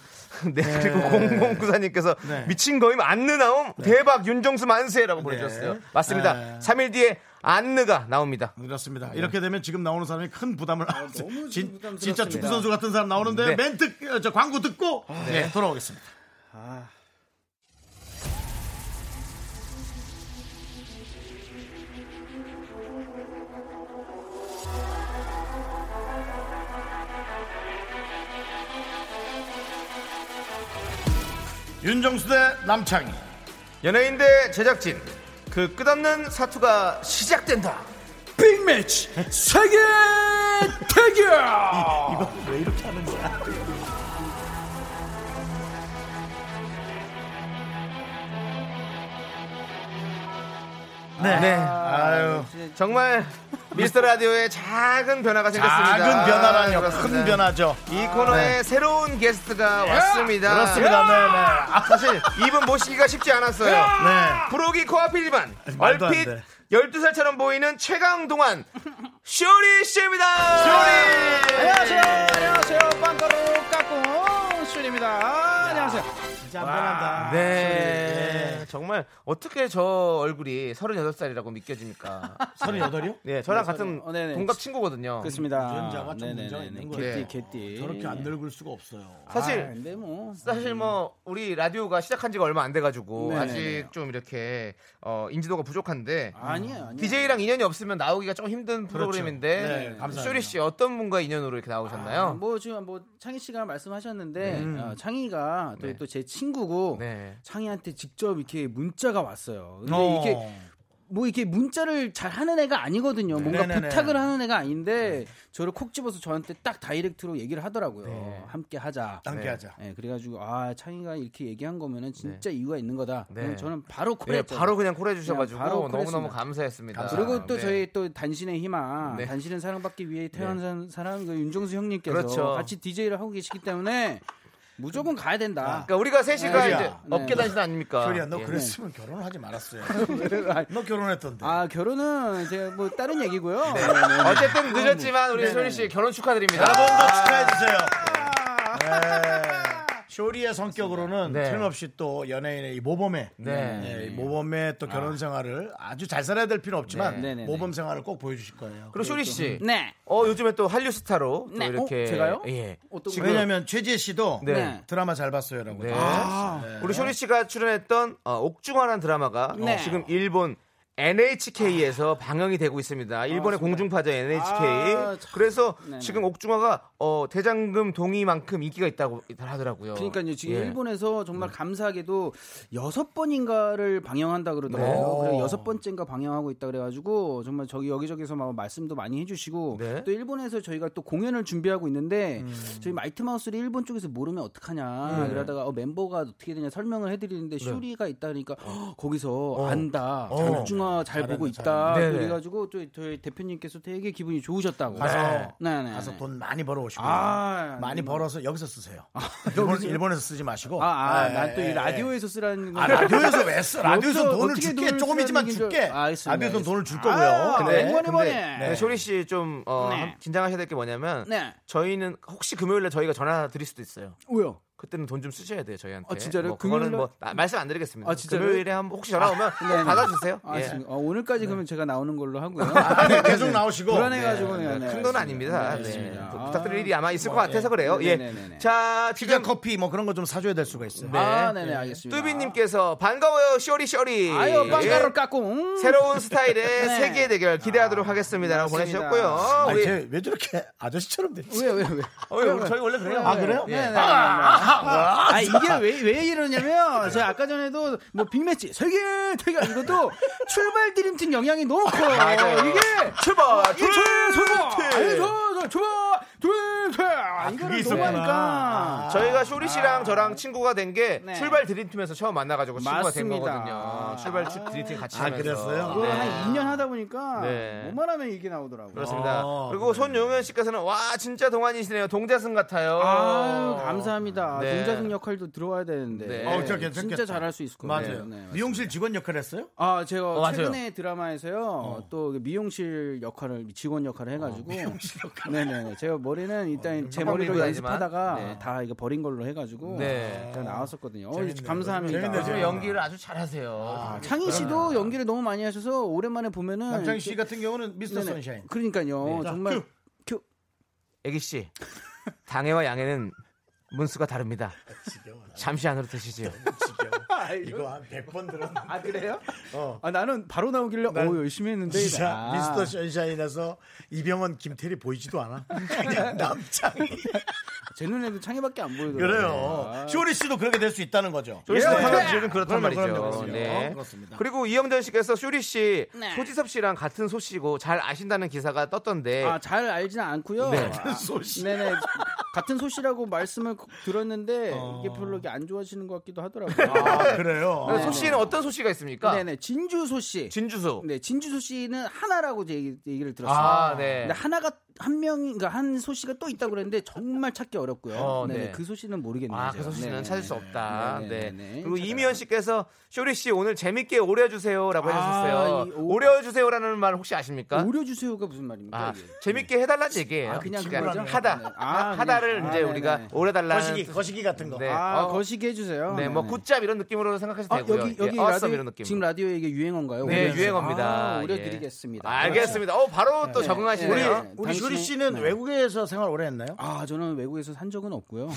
S2: 네, 그리고 0094님께서
S1: 그렇죠. 네.
S2: 미친 거임 안느 나옴 대박 윤정수 만세라고 보내주셨어요. 맞습니다.
S1: 네.
S2: 3일 뒤에 안느가 나옵니다.
S1: 그렇습니다.
S2: 네.
S1: 이렇게 되면 지금 나오는 사람이 큰 부담을 진- 진짜
S7: 아, 부담스럽습니다.
S1: 축구 선수 같은 사람 나오는데
S2: 네.
S1: 멘트 어, 저 광고 듣고 네, 돌아오겠습니다. 윤정수 대 남창희
S2: 연예인 대 제작진 그 끝없는 사투가 시작된다.
S1: 빅매치 세계 대결 이거 왜 이렇게 하는 거야 네. 아유,
S2: 정말 미스터 라디오에 작은 변화가 생겼습니다.
S1: 작은 변화라뇨. 큰
S2: 그렇습니다. 아.
S1: 변화죠. 네. 예!
S2: 이 코너에 새로운 게스트가 왔습니다.
S1: 그렇습니다. 네, 네. 아,
S2: 사실 이분 모시기가 쉽지 않았어요.
S1: 네.
S2: 부록이 코앞이지만
S1: 말도 안
S2: 얼핏
S1: 돼.
S2: 12살처럼 보이는 최강동안 쇼리 씨입니다. 쇼리!
S7: 안녕하세요. 안녕하세요. 빵가루 깎고 슈입니다 안녕하세요.
S1: 진짜 안 변한다.
S2: 네. 정말 어떻게 저 얼굴이 38살이라고 믿겨집니까?
S1: 38이요? 네.
S2: 네, 저랑 같은
S7: 어, 네네.
S2: 동갑 친구거든요.
S7: 그렇습니다.
S1: 유전자가
S7: 네,
S1: 좀 문제가 있는 거예요.
S7: 개띠 개띠.
S1: 저렇게 안 늙을 수가 네. 없어요.
S2: 사실
S7: 아, 근데 뭐
S2: 사실 뭐 우리 라디오가 시작한 지가 얼마 안 돼가지고
S7: 네네네.
S2: 아직 좀 이렇게 어, 인지도가 부족한데
S7: 아니에요. 아니에요.
S2: DJ랑 인연이 없으면 나오기가 좀 힘든
S1: 네,
S2: 프로그램인데
S1: 감사합니다.
S2: 쇼리 씨 어떤 분과 인연으로 이렇게 나오셨나요?
S7: 뭐 지금 뭐 창희 씨가 말씀하셨는데 어, 창희가
S2: 음. 네.
S7: 또 제 친구고
S2: 네.
S7: 창희한테 직접 이렇게 문자가 왔어요. 근데
S1: 어.
S7: 이렇게 뭐 이렇게 문자를 잘 하는 애가 아니거든요. 뭔가
S1: 네네네.
S7: 부탁을 하는 애가 아닌데 저를 콕 집어서 저한테 딱 다이렉트로 얘기를 하더라고요.
S2: 네.
S7: 함께 하자.
S1: 함께
S2: 네.
S1: 하자.
S7: 예, 그래가지고 아 창이가 이렇게 얘기한 거면은 진짜 이유가 있는 거다.
S2: 네.
S7: 그럼 저는 바로 콜
S2: 네,
S7: 했죠.
S2: 바로 그냥 콜해 주셔가지고
S7: 그냥 바로
S2: 너무너무
S7: 콜했습니다.
S2: 감사했습니다.
S7: 그리고 또
S2: 네.
S7: 저희 또 단신의 희망,
S2: 네.
S7: 단신은 사랑받기 위해 태어난 사람 그 윤종수 형님께서
S2: 그렇죠.
S7: 같이 DJ를 하고 계시기 때문에 무조건 가야 된다.
S2: 그러니까 우리가 셋이가
S1: 쇼리야.
S2: 이제
S7: 네.
S2: 어깨 단신 아닙니까?
S1: 효리야, 너
S2: 예.
S1: 그랬으면 결혼을 하지 말았어요.
S7: 아니,
S1: 너 결혼했던데.
S7: 아 결혼은 제가 뭐 다른 얘기고요. 네,
S2: 네.
S7: 네.
S2: 어쨌든 늦었지만 우리 쇼리 씨 결혼 축하드립니다. 아,
S1: 여러분도 축하해 주세요. 네. 아. 쇼리의 성격으로는
S2: 네.
S1: 틀림없이 또 연예인의 이 모범에
S2: 네.
S1: 네, 이 모범의 또 결혼 생활을 아주 잘 살아야 될 필요는 없지만
S2: 네.
S7: 네, 네,
S1: 모범 생활을 꼭 보여주실 거예요.
S2: 그리고 쇼리 씨.
S7: 네.
S2: 어 요즘에 또 한류 스타로 또
S7: 네.
S2: 이렇게
S7: 어, 제가요?
S2: 예.
S7: 어떤
S2: 지금
S1: 그 왜냐하면 최지혜 씨도
S2: 네.
S7: 네.
S1: 드라마 잘 봤어요라고.
S2: 네.
S7: 아,
S2: 우리 쇼리 씨가 출연했던 어, 옥중화라는 드라마가
S7: 네.
S2: 어, 지금 일본 NHK에서 방영이 되고 있습니다. 일본의 공중파죠 NHK.
S7: 아, 참.
S2: 그래서
S7: 네네.
S2: 지금 옥중화가 어, 대장금 동의만큼 인기가 있다고 하더라고요.
S7: 그러니까요. 지금
S2: 예.
S7: 일본에서 정말 감사하게도 여섯 번인가를 방영한다 그러더라고요.
S1: 네.
S7: 그리고 여섯 번째인가 방영하고 있다 그래가지고 정말 저기 여기저기서 막 말씀도 많이 해주시고
S2: 네.
S7: 또 일본에서 저희가 또 공연을 준비하고 있는데 저희 마이트 마우스를 일본 쪽에서 모르면 어떡하냐 이러다가 어, 멤버가 어떻게 되냐 설명을 해드리는데 쇼리가 있다 그러니까 헉, 거기서 안다. 옥중화 잘 보고 있다.
S2: 잘한다. 네네.
S7: 그래가지고 또 저희 대표님께서 되게 기분이 좋으셨다고.
S1: 가서
S7: 네, 네, 네.
S1: 가서 돈 많이 벌어 오시고
S7: 아,
S1: 많이 벌어서 여기서 쓰세요. 일본, 일본에서 쓰지 마시고.
S7: 아, 아,
S1: 네,
S7: 난 또
S1: 네,
S7: 이
S1: 네.
S7: 라디오에서 쓰라는 건
S1: 아, 라디오에서 왜 써? 라디오에서
S7: 여기서
S1: 돈을
S7: 어떻게
S1: 줄게.
S7: 돈을
S1: 조금이지만
S7: 쓰라는 게
S1: 줄게.
S7: 좀- 아, 알겠습니다.
S1: 라디오에서 돈을 줄 거고요. 네.
S7: 아,
S1: 근데
S7: 앵무새 뭐니?
S2: 근데 네, 쇼리 씨 좀 어, 긴장하셔야 될 게 뭐냐면
S7: 네.
S2: 저희는 혹시 금요일에 저희가 전화 드릴 수도 있어요.
S7: 왜요?
S2: 그때는 돈 좀 쓰셔야 돼요 저희한테.
S7: 아, 진짜요?
S2: 뭐 그거는
S7: 금요일날?
S2: 뭐 아, 말씀 안 드리겠습니다.
S7: 아, 진짜요?
S2: 금요일에 한 번 혹시 전화 오면
S7: 네, 네.
S2: 받아주세요.
S7: 아,
S2: 예. 아,
S7: 지금, 어, 오늘까지 그러면 제가 나오는 걸로 하고요.
S1: 네, 계속 나오시고.
S7: 불안해가지고
S2: 네,
S7: 그냥, 네,
S2: 큰 돈은
S7: 알겠습니다.
S2: 아닙니다.
S7: 네,
S2: 네,
S7: 알겠습니다.
S2: 부-
S7: 아,
S2: 부탁드릴 일이 아마 있을
S1: 뭐,
S2: 것 같아서 그래요. 예.
S7: 네네네네.
S2: 자
S1: 피자
S2: 지금
S1: 커피 뭐 그런 거 좀 사줘야 될 수가 있어요.
S2: 네.
S7: 아, 네네 알겠습니다.
S2: 뚜비님께서 반가워요 쇼리 쇼리.
S7: 아유 음. 빵가루
S2: 예.
S7: 까꿍.
S2: 새로운 스타일의
S7: 네.
S2: 세계 대결 기대하도록 하겠습니다라고
S7: 맞습니다.
S2: 보내주셨고요.
S1: 아니,
S2: 우리-
S1: 쟤왜 저렇게 아저씨처럼 됐지?
S7: 왜왜 왜? 왜?
S2: 어, 우리 저희 원래 그래요.
S1: 아, 그래요?
S7: 네, 네, 네, 네. 아, 이게 왜, 왜 이러냐면, 제가 아까 전에도 뭐 빅매치, 세계 대결, 이것도 출발 드림팀 영향이 너무 커요.
S2: 맞아요.
S7: 이게
S2: 출발.
S7: 일초에 소모! 아니, 저,
S2: 네.
S7: 저, 출발! 드림팀!
S2: 아,
S7: 이거를
S1: 있었구나.
S7: 너무하니까.
S2: 저희가 쇼리 씨랑 저랑 친구가 된 게
S7: 아. 네.
S2: 출발 드림팀에서 처음 만나가지고 친구가 된
S7: 맞습니다. 아,
S2: 거거든요. 출발 추- 드림팀 같이
S1: 아,
S2: 하면서.
S1: 그랬어요?
S7: 이걸
S2: 네.
S7: 한 2년 하다 보니까,
S2: 네.
S7: 뭐만 하면 이게 나오더라고요.
S2: 그렇습니다.
S1: 아,
S2: 그리고 손용현 씨께서는 와 진짜 동안이시네요. 동자승 같아요.
S7: 아유, 감사합니다.
S2: 네.
S7: 동자승 역할도 들어와야 되는데.
S2: 네.
S1: 어, 저 괜찮겠다.
S7: 진짜 잘할 수 있을 것
S1: 맞아요.
S7: 같아요. 네, 맞습니다.
S1: 미용실 직원 역할 했어요? 어.
S7: 아, 제가
S2: 어, 맞아요.
S7: 최근에 드라마에서요. 또 미용실 역할을 직원 역할을 해 가지고 네네. 제가 머리는
S1: 어,
S7: 일단 제
S2: 한번
S7: 머리로
S2: 밀고 다니지만.
S7: 연습하다가
S2: 네.
S7: 다 이거 버린 걸로 해 가지고
S2: 네.
S7: 일단 나왔었거든요. 어,
S1: 재밌네요.
S7: 감사합니다.
S1: 재밌네요.
S2: 요즘
S1: 아.
S2: 연기를 아주 잘하세요.
S7: 아, 창희 씨도 연기를 너무 많이 하셔서 오랜만에 보면은
S1: 남창희 씨 같은 경우는 미스터
S7: 네, 네네.
S1: 선샤인.
S7: 그러니까요.
S1: 자,
S7: 정말
S1: 큐.
S2: 애기 씨, 당해와 양해는 문수가 다릅니다. 잠시 안으로 드시지요.
S1: 네.
S2: 네.
S1: 이거 한 100번 들었는데.
S7: 아, 그래요?
S1: 어.
S7: 아, 나는 바로 나오길래
S1: 난
S7: 오, 열심히 했는데
S1: 진짜
S7: 아.
S1: 미스터 선샤인에서 이병헌, 김태리 보이지도 않아. 그냥 남창희.
S7: 제 눈에도 창희밖에 안 보이더라고요.
S1: 그래요.
S7: 아.
S1: 쇼리 씨도 그렇게 될 수 있다는 거죠.
S2: 조리씨
S7: 예,
S2: 예,
S7: 예.
S2: 지금
S1: 그럼요,
S2: 그렇단 말이죠.
S1: 그럼요, 그럼요.
S2: 네.
S1: 어, 그렇습니다.
S2: 그리고 이영전 씨께서 쇼리 씨
S7: 네.
S2: 소지섭 씨랑 같은 소씨고 잘 아신다는 기사가 떴던데
S7: 아, 잘 알지는 않고요.
S2: 네.
S7: 아,
S1: 같은 소씨.
S7: 네네. 같은 소씨라고 말씀을 그, 들었는데
S1: 어.
S7: 이게 별로 이게 안 좋아하시는 것 같기도 하더라고요.
S1: 아, 그래요.
S2: 소 씨는 어떤 소씨가 있습니까?
S7: 네네. 진주 소씨.
S2: 진주소.
S7: 네, 진주 소씨는 하나라고 제 얘기- 얘기를 들었어요.
S2: 아, 네.
S7: 근데 하나가 한 명이 그러니까 한 소씨가 또 있다고 그랬는데 정말 찾기 어렵고요.
S2: 어,
S7: 네네.
S2: 네.
S7: 그 소씨는 모르겠네요.
S2: 아, 그
S7: 제가.
S2: 소씨는
S7: 네네.
S2: 찾을 수 없다.
S7: 네,
S2: 네.
S7: 네, 네, 네.
S2: 그리고
S7: 찾아요.
S2: 이미연 씨께서 쇼리 씨 오늘 재밌게 오려 주세요라고
S7: 아,
S2: 해주셨어요.
S7: 이 오-
S2: 오려 주세요라는 말 혹시 아십니까?
S7: 오려 주세요가 무슨 말입니까?
S2: 아,
S7: 이게?
S2: 재밌게 해달라는 얘기예요.
S7: 아, 그냥 그거죠?
S2: 하다,
S7: 네. 아, 그냥.
S2: 하다를
S7: 아,
S2: 이제
S7: 네네.
S2: 우리가 오려달라는.
S1: 거시기,
S2: 뜻-
S1: 거시기 같은 거.
S2: 네,
S7: 아,
S2: 어,
S7: 거시기 해주세요.
S2: 네, 뭐
S7: 네네.
S2: 굿잡 이런 느낌으로 생각하셔도
S7: 아,
S2: 되고요.
S7: 여기 여기
S2: 예, awesome
S7: 라디오
S2: 이런 느낌.
S7: 지금 라디오에 이게 유행어인가요?
S2: 네,
S7: 오려-
S2: 유행어입니다.
S7: 아, 오려
S2: 예.
S7: 드리겠습니다.
S2: 알겠습니다. 어, 바로 또
S7: 네.
S1: 우리,
S2: 적응하시네요.
S7: 네.
S1: 우리 쇼리
S7: 당신이-
S1: 씨는
S7: 네.
S1: 외국에서 생활 오래 했나요?
S7: 아 저는 외국에서 산 적은 없고요.
S2: 네.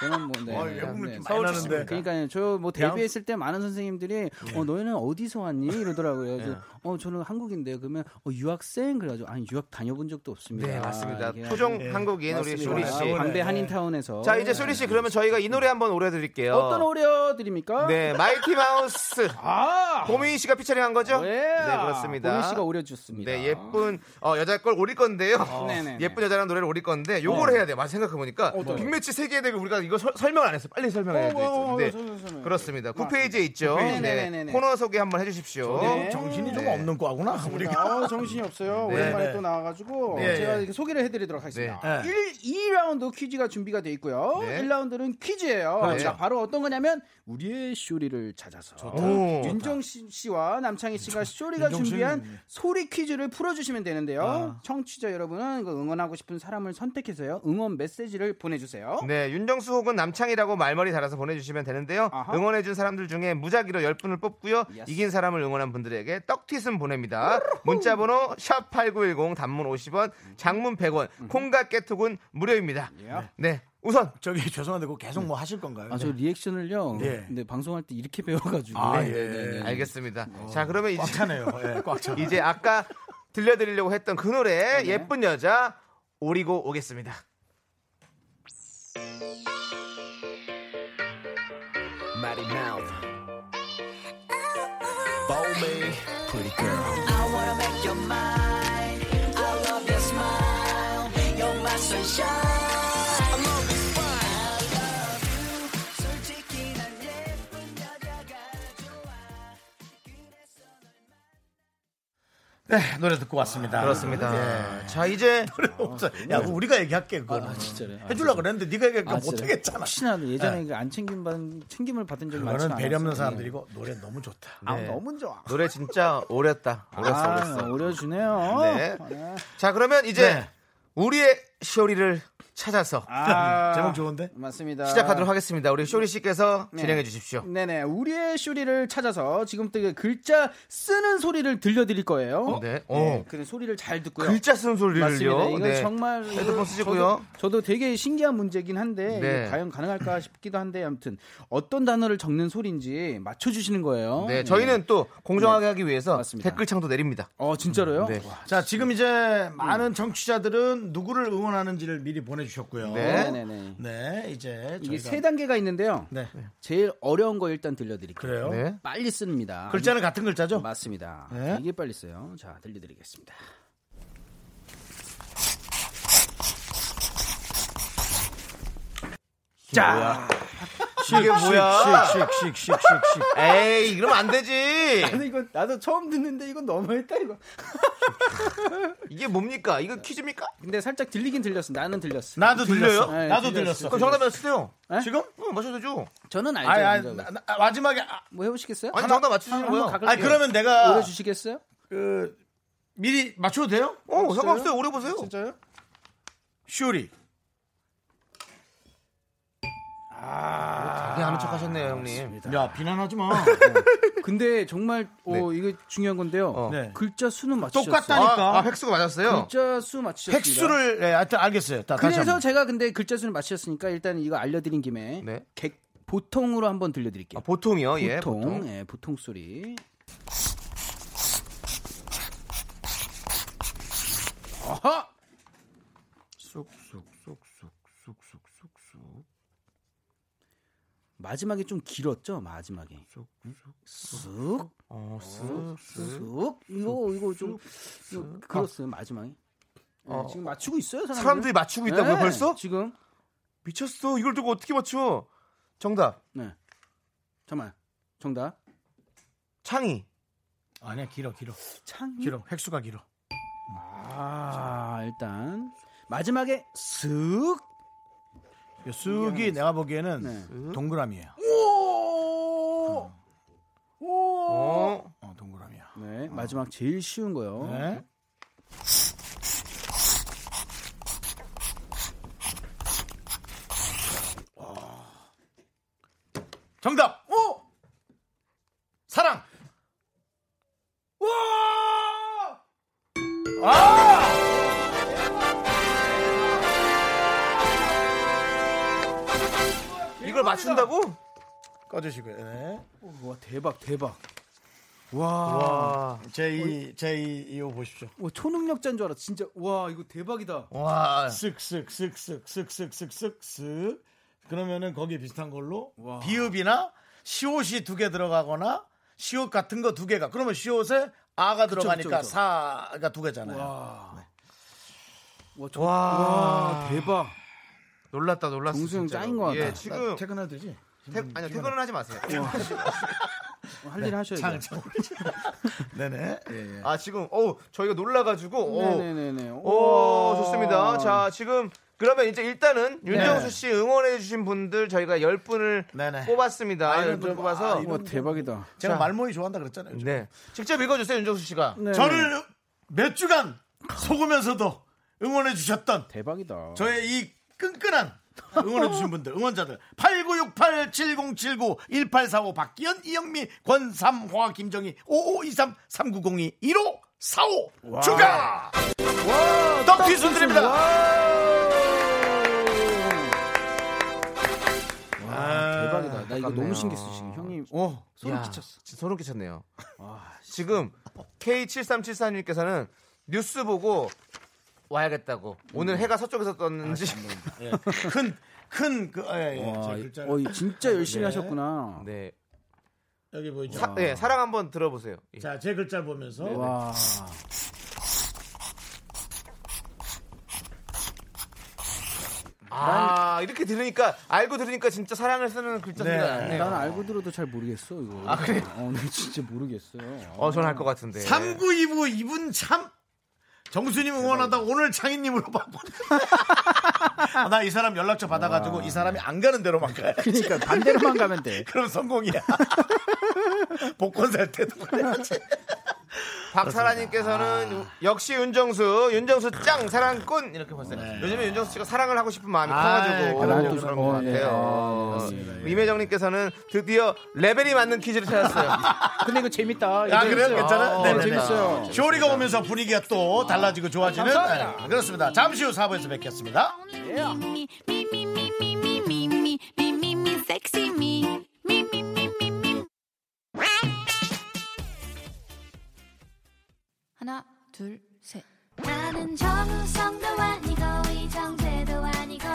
S7: 저는 뭐 네.
S1: 아, 외국
S7: 네.
S1: 느낌
S7: 서울
S1: 많이
S7: 출신.
S1: 나는데.
S7: 그러니까요. 저 뭐 데뷔했을 때 많은 선생님들이
S2: 네.
S7: 어 너희는 어디서 왔니 이러더라고요. 그래서 어 저는 한국인데요. 그러면 어 유학생 그래가지고 아니 유학 다녀본 적도 없습니다.
S2: 네, 맞습니다.
S7: 이게
S2: 토종 한국인
S7: 아, 예. 맞습니다.
S2: 우리 쇼리 씨. 네.
S7: 아, 담배 한인타운에서. 네.
S2: 자, 이제 쇼리 씨 그러면 저희가 이 노래 한번 오려 드릴게요.
S7: 어떤 오려 드립니까?
S2: 네, 마이티 마우스.
S7: 아
S2: 고민 씨가 피처링한 거죠?
S7: 예.
S2: 네, 그렇습니다.
S7: 고민 씨가 오려 주셨습니다. 어,
S2: 네, 예쁜 어, 여자 걸 오릴 건데요.
S7: 네네네. 어.
S2: 예쁜 여자라는 노래를 오릴 건데 요걸 해야 돼. 맞아 생각해 보니까 빅매치 세계에 대해 우리가 이거 설- 설명을 안 했어. 빨리 설명해야 돼.
S7: 어, 어,
S2: 네.
S7: 어, 설명, 설명.
S2: 그렇습니다. 9페이지에 있죠.
S7: 네네네네네.
S2: 네. 코너 소개 한번 해 주십시오.
S7: 네.
S1: 정신이 좀
S2: 네.
S1: 없는 거구나, 우리가.
S7: 아, 정신이 없어요. 오랜만에
S1: 네.
S7: 또 나와가지고
S1: 네.
S7: 제가 이렇게 소개를 해드리도록 하겠습니다.
S1: 네.
S7: 1, 2라운드 퀴즈가 준비가 돼 있고요.
S2: 네.
S7: 1라운드는 퀴즈예요.
S2: 그렇죠.
S7: 자, 바로 어떤 거냐면 우리의 쇼리를 찾아서
S2: 오,
S7: 윤정 씨- 씨와 남창희 씨가 쇼리가 준비한 소리 퀴즈를 풀어주시면 되는데요.
S1: 아.
S7: 청취자 여러분은 그 응원하고 싶은 사람을 선택해서요. 응원 메시지를 보내주세요.
S2: 네, 윤정수 혹은 남창이라고 말머리 달아서 보내주시면 되는데요.
S7: 아하.
S2: 응원해준 사람들 중에 무작위로 10분을 뽑고요.
S7: 예스.
S2: 이긴 사람을 응원한 분들에게 떡튀순 보냅니다. 문자번호 샵8910 단문 50원, 장문 100원, 콩과 깨톡은 무료입니다.
S7: 예.
S2: 네, 우선
S1: 저기 죄송한데 그거 계속 뭐 하실 건가요?
S7: 아, 저 리액션을요.
S1: 예.
S7: 네, 방송할 때 이렇게 배워가지고. 네.
S1: 아, 예.
S2: 네,
S1: 어,
S2: 알겠습니다. 자, 그러면
S1: 꽉
S2: 이제,
S1: 차네요. 예, 꽉 차.
S2: 이제 아까 들려드리려고 했던 그
S7: 아, 네.
S2: 노래 예쁜 여자 오리고 오겠습니다.
S1: 아,
S3: I wanna make your mine. I love your smile. You're my sunshine. I love you fine. I love you. 솔직히 난 예쁜 여자가 좋아. 그래서 널
S1: 네, 노래 듣고 왔습니다.
S2: 아,
S1: 네.
S2: 그렇습니다. 자, 이제
S1: 없어요. 야, 그거 우리가 얘기할게 그거는.
S7: 아, 진짜래. 아,
S1: 해주려고 그랬는데 네가 얘기하니까
S7: 아, 진짜요?
S1: 못하겠잖아. 네.
S7: 혹시나 예전에 그 안 챙김 받은 챙김을 받은 적이 많지
S1: 그거는
S7: 않아요.
S1: 배려 없는 사람들이고 노래 너무 좋다.
S7: 아
S2: 네.
S7: 너무 좋아.
S2: 노래 진짜 오렸다. 오렸어,
S1: 아,
S7: 아,
S2: 오렸어.
S7: 오려주네요.
S2: 네. 자 그러면 이제
S1: 네.
S2: 우리의 시오리를 찾아서
S7: 아,
S1: 제목 좋은데?
S7: 맞습니다.
S2: 음, 시작하도록 하겠습니다. 우리 쇼리 씨께서
S7: 네.
S2: 진행해 주십시오.
S7: 네네 우리의 쇼리를 찾아서 지금부터 그 글자 쓰는 소리를 들려드릴 거예요.
S2: 네.
S7: 네,
S2: 어.
S7: 그런 소리를 잘 듣고요.
S2: 글자 쓰는
S7: 맞습니다.
S2: 소리를요. 네.
S7: 이건 정말
S2: 헤드폰
S7: 이거
S2: 쓰시고요.
S7: 저도, 저도 되게 신기한 문제긴 한데
S2: 네.
S7: 이게 과연 가능할까 싶기도 한데 아무튼 어떤 단어를 적는 소리인지 맞춰주시는 거예요.
S2: 네, 저희는 또 공정하게 하기 위해서
S7: 네. 맞습니다.
S2: 댓글창도 내립니다.
S7: 어 진짜로요? 음.
S2: 네.
S7: 와,
S1: 자, 지금 이제 많은 청취자들은 누구를 응원하는지를 미리 보내주셨고요.
S2: 네.
S7: 네네네.
S1: 네, 이제
S7: 이게
S1: 저희가-
S7: 세 단계가 있는데요.
S1: 네.
S7: 제일 어려운 거 일단 들려드릴게요.
S1: 그래요.
S2: 네.
S7: 빨리 씁니다.
S1: 글자는 같은 글자죠?
S7: 맞습니다.
S1: 네.
S7: 이게 빨리 써요. 자, 들려드리겠습니다.
S1: 자,
S2: 이게 뭐야?
S1: 씩씩씩씩씩씩씩.
S2: 에이, 이러면 안 되지.
S7: 근데 이건 나도 처음 듣는데 이건 너무했다 이거.
S2: 이게 뭡니까? 이거 퀴즈입니까?
S7: 근데 살짝 들리긴 들렸어. 나는 들렸어.
S1: 나도 들려요?
S7: 네,
S1: 나도
S7: 들렸어.
S1: 들렸어.
S2: 그럼 정답 맞추세요.
S7: 네?
S1: 지금?
S2: 응, 맞춰주죠.
S7: 저는 알죠.
S1: 아니, 아니,
S7: 먼저.
S1: 나- 나- 마지막에 아,
S7: 뭐 해보시겠어요?
S2: 아니, 정답 맞추시는
S7: 한번
S2: 거예요.
S7: 가끔
S1: 아니 그러면 내가
S7: 네. 오래 주시겠어요?
S1: 그 미리 맞춰도 돼요?
S2: 어, 상관없어요. 오래 보세요.
S7: 진짜요?
S1: 슈리.
S2: 되게 아는 척 하셨네요, 형님.
S1: 야, 비난하지 마.
S7: 근데 정말 어, 이게 중요한 건데요.
S2: 어.
S1: 네.
S7: 글자 수는 맞추셨어요.
S1: 똑같다니까.
S2: 아, 아, 획수가 맞았어요.
S7: 글자 수 맞추셨습니다.
S1: 획수를 예, 하여튼 알겠어요. 다, 다시
S7: 그래서
S1: 한번.
S7: 제가 근데 글자 수를 맞추셨으니까 일단 이거 알려드린 김에
S2: 네.
S7: 객- 보통으로 한번 들려드릴게요.
S2: 아, 보통이요,
S7: 보통,
S2: 예. 보통.
S7: 예, 보통 소리. 어허!
S2: 쑥쑥쑥쑥쑥쑥쑥쑥.
S7: 마지막에 좀 길었죠, 마지막에. 쑥,
S2: 어, 쑥쑥.
S7: 쑥. 이거, 이거 좀, 이거 길었어요, 마지막에. 예,
S2: 어.
S7: 지금 맞추고 있어요, 사람들.
S2: 사람들이 맞추고 있다고요,
S7: 예,
S2: 벌써?
S7: 지금.
S2: 미쳤어. 이걸 두고 어떻게 맞춰? 정답.
S7: 네. 잠깐만. 정답.
S2: 창이.
S1: 아니야, 길어, 길어.
S7: 창.
S1: 길어. 획수가 길어.
S7: 아, 일단. 마지막에 쑥.
S1: 이 쑥이 내가 보기에는
S7: 네.
S1: 동그라미예요.
S2: 어.
S1: 어, 동그라미야.
S7: 네, 마지막 제일 쉬운 거요.
S1: 네. 정답. 오! 사랑.
S2: 이걸 맞춘다고?
S1: 꺼주시고요. 네.
S7: 와 대박 대박.
S2: 와.
S1: 제2 제2 어, 이호 보십시오.
S7: 와 초능력자인 줄 알았. 진짜 와 이거 대박이다.
S2: 와.
S1: 쓱쓱쓱쓱쓱쓱쓱쓱쓱 그러면은 거기에 비슷한 걸로 비읍이나 시옷이 두 개 들어가거나 시옷 같은 거 두 개가 그러면 시옷에 아가 들어가니까
S7: 그쵸.
S1: 사가 두 개잖아요.
S7: 네. 와, 저-
S2: 와.
S7: 와, 대박.
S2: 아. 놀랐다, 놀랐어.
S7: 정수 형
S2: 진짜로.
S7: 짱인 것 음, 같다.
S2: 예, 지금.
S1: 퇴근해도 되지?
S2: 퇴- 아니요, 퇴근은 하지 마세요.
S7: 할 일 네, 하셔야 돼요.
S1: 장정. 네네. 예, 예.
S2: 아, 지금, 어우, 저희가 놀라가지고, 어우,
S7: 네네네네.
S2: 오, 좋습니다. 자, 지금 그러면 이제 일단은
S7: 네.
S2: 윤정수 씨 응원해 주신 분들 저희가 10분을
S1: 네네.
S2: 뽑았습니다.
S1: 아, 이런
S2: 10분
S1: 좀-
S2: 뽑아서
S1: 아, 이런-
S7: 와 대박이다.
S1: 제가 말모이 좋아한다 그랬잖아요.
S2: 네. 직접 읽어 주세요, 윤정수 씨가.
S7: 네.
S1: 저를 몇 주간 속으면서도 응원해 주셨던
S7: 대박이다.
S1: 저의 이 끈끈한 응원해주신 분들, 응원자들. 8968-7079-1845 박기현, 이영미, 권삼화, 김정희, 5523-3902-1545 추가! 떡튀순 드립니다!
S7: 대박이다. 나 이거
S2: 아깝네요.
S7: 너무 신기 쓰 지금 형님. 어 소름
S2: 야,
S7: 끼쳤어.
S2: 진짜 소름 끼쳤네요. 지금 K7374님께서는 뉴스 보고 와야겠다고.
S1: 음.
S2: 오늘 해가 서쪽에서 떴는지.
S1: 큰, 큰, 그, 예, 예.
S7: 와,
S1: 제
S7: 이-
S1: 글자를.
S7: 어, 이 진짜 열심히 하셨구나.
S2: 네.
S1: 여기 보이죠?
S2: 사, 네, 사랑 한번 들어보세요. 예.
S1: 아. 자, 제 글자 보면서.
S7: 와.
S2: 아, 이렇게 들으니까 알고 들으니까 진짜 사랑을 쓰는 글자
S1: 네.
S2: 생각 안 나네요.
S7: 나는 알고 들어도 잘 모르겠어 이거.
S2: 아, 그래요?
S7: 어, 나 진짜 모르겠어요.
S2: 어, 저는 알 것
S7: 예.
S2: 같은데.
S1: 3929 이분 참 정수님 응원하다 오늘 창희님으로 바꿔. 아, 나이 사람 연락처 받아가지고 이 사람이 안 가는 대로만 가요.
S7: 그러니까 반대로만 가면 돼.
S1: 그럼 성공이야. 복권 살 때도 그래야지.
S2: 박사라님께서는 역시 윤정수, 윤정수 짱 사랑꾼 이렇게 보세요. 요즘에 윤정수 씨가 사랑을 하고 싶은 마음이 커가지고
S7: 그럼요,
S2: 좀 네. 아, 예, 그런 것
S7: 그럼요. 예.
S2: 같아요. 예. 임혜정님께서는 드디어 레벨이 맞는 퀴즈를 찾았어요.
S7: 근데 이거 재밌다.
S1: 아,
S7: 이거
S1: 그래요?
S7: 재밌어요.
S1: 괜찮아요?
S7: 어,
S1: 네네네.
S7: 재밌어요.
S1: 쇼리가 오면서 분위기가 또 달라지고 좋아지는
S7: 감사합니다.
S1: 네, 그렇습니다. 잠시 후 4부에서 뵙겠습니다.
S3: Me, me, me, me, me, me, me, me, me, me, me, sexy me. Me, me, me, me, me. 하나, 둘, 셋. 나는 정우성도 아니고 이정재도 아니고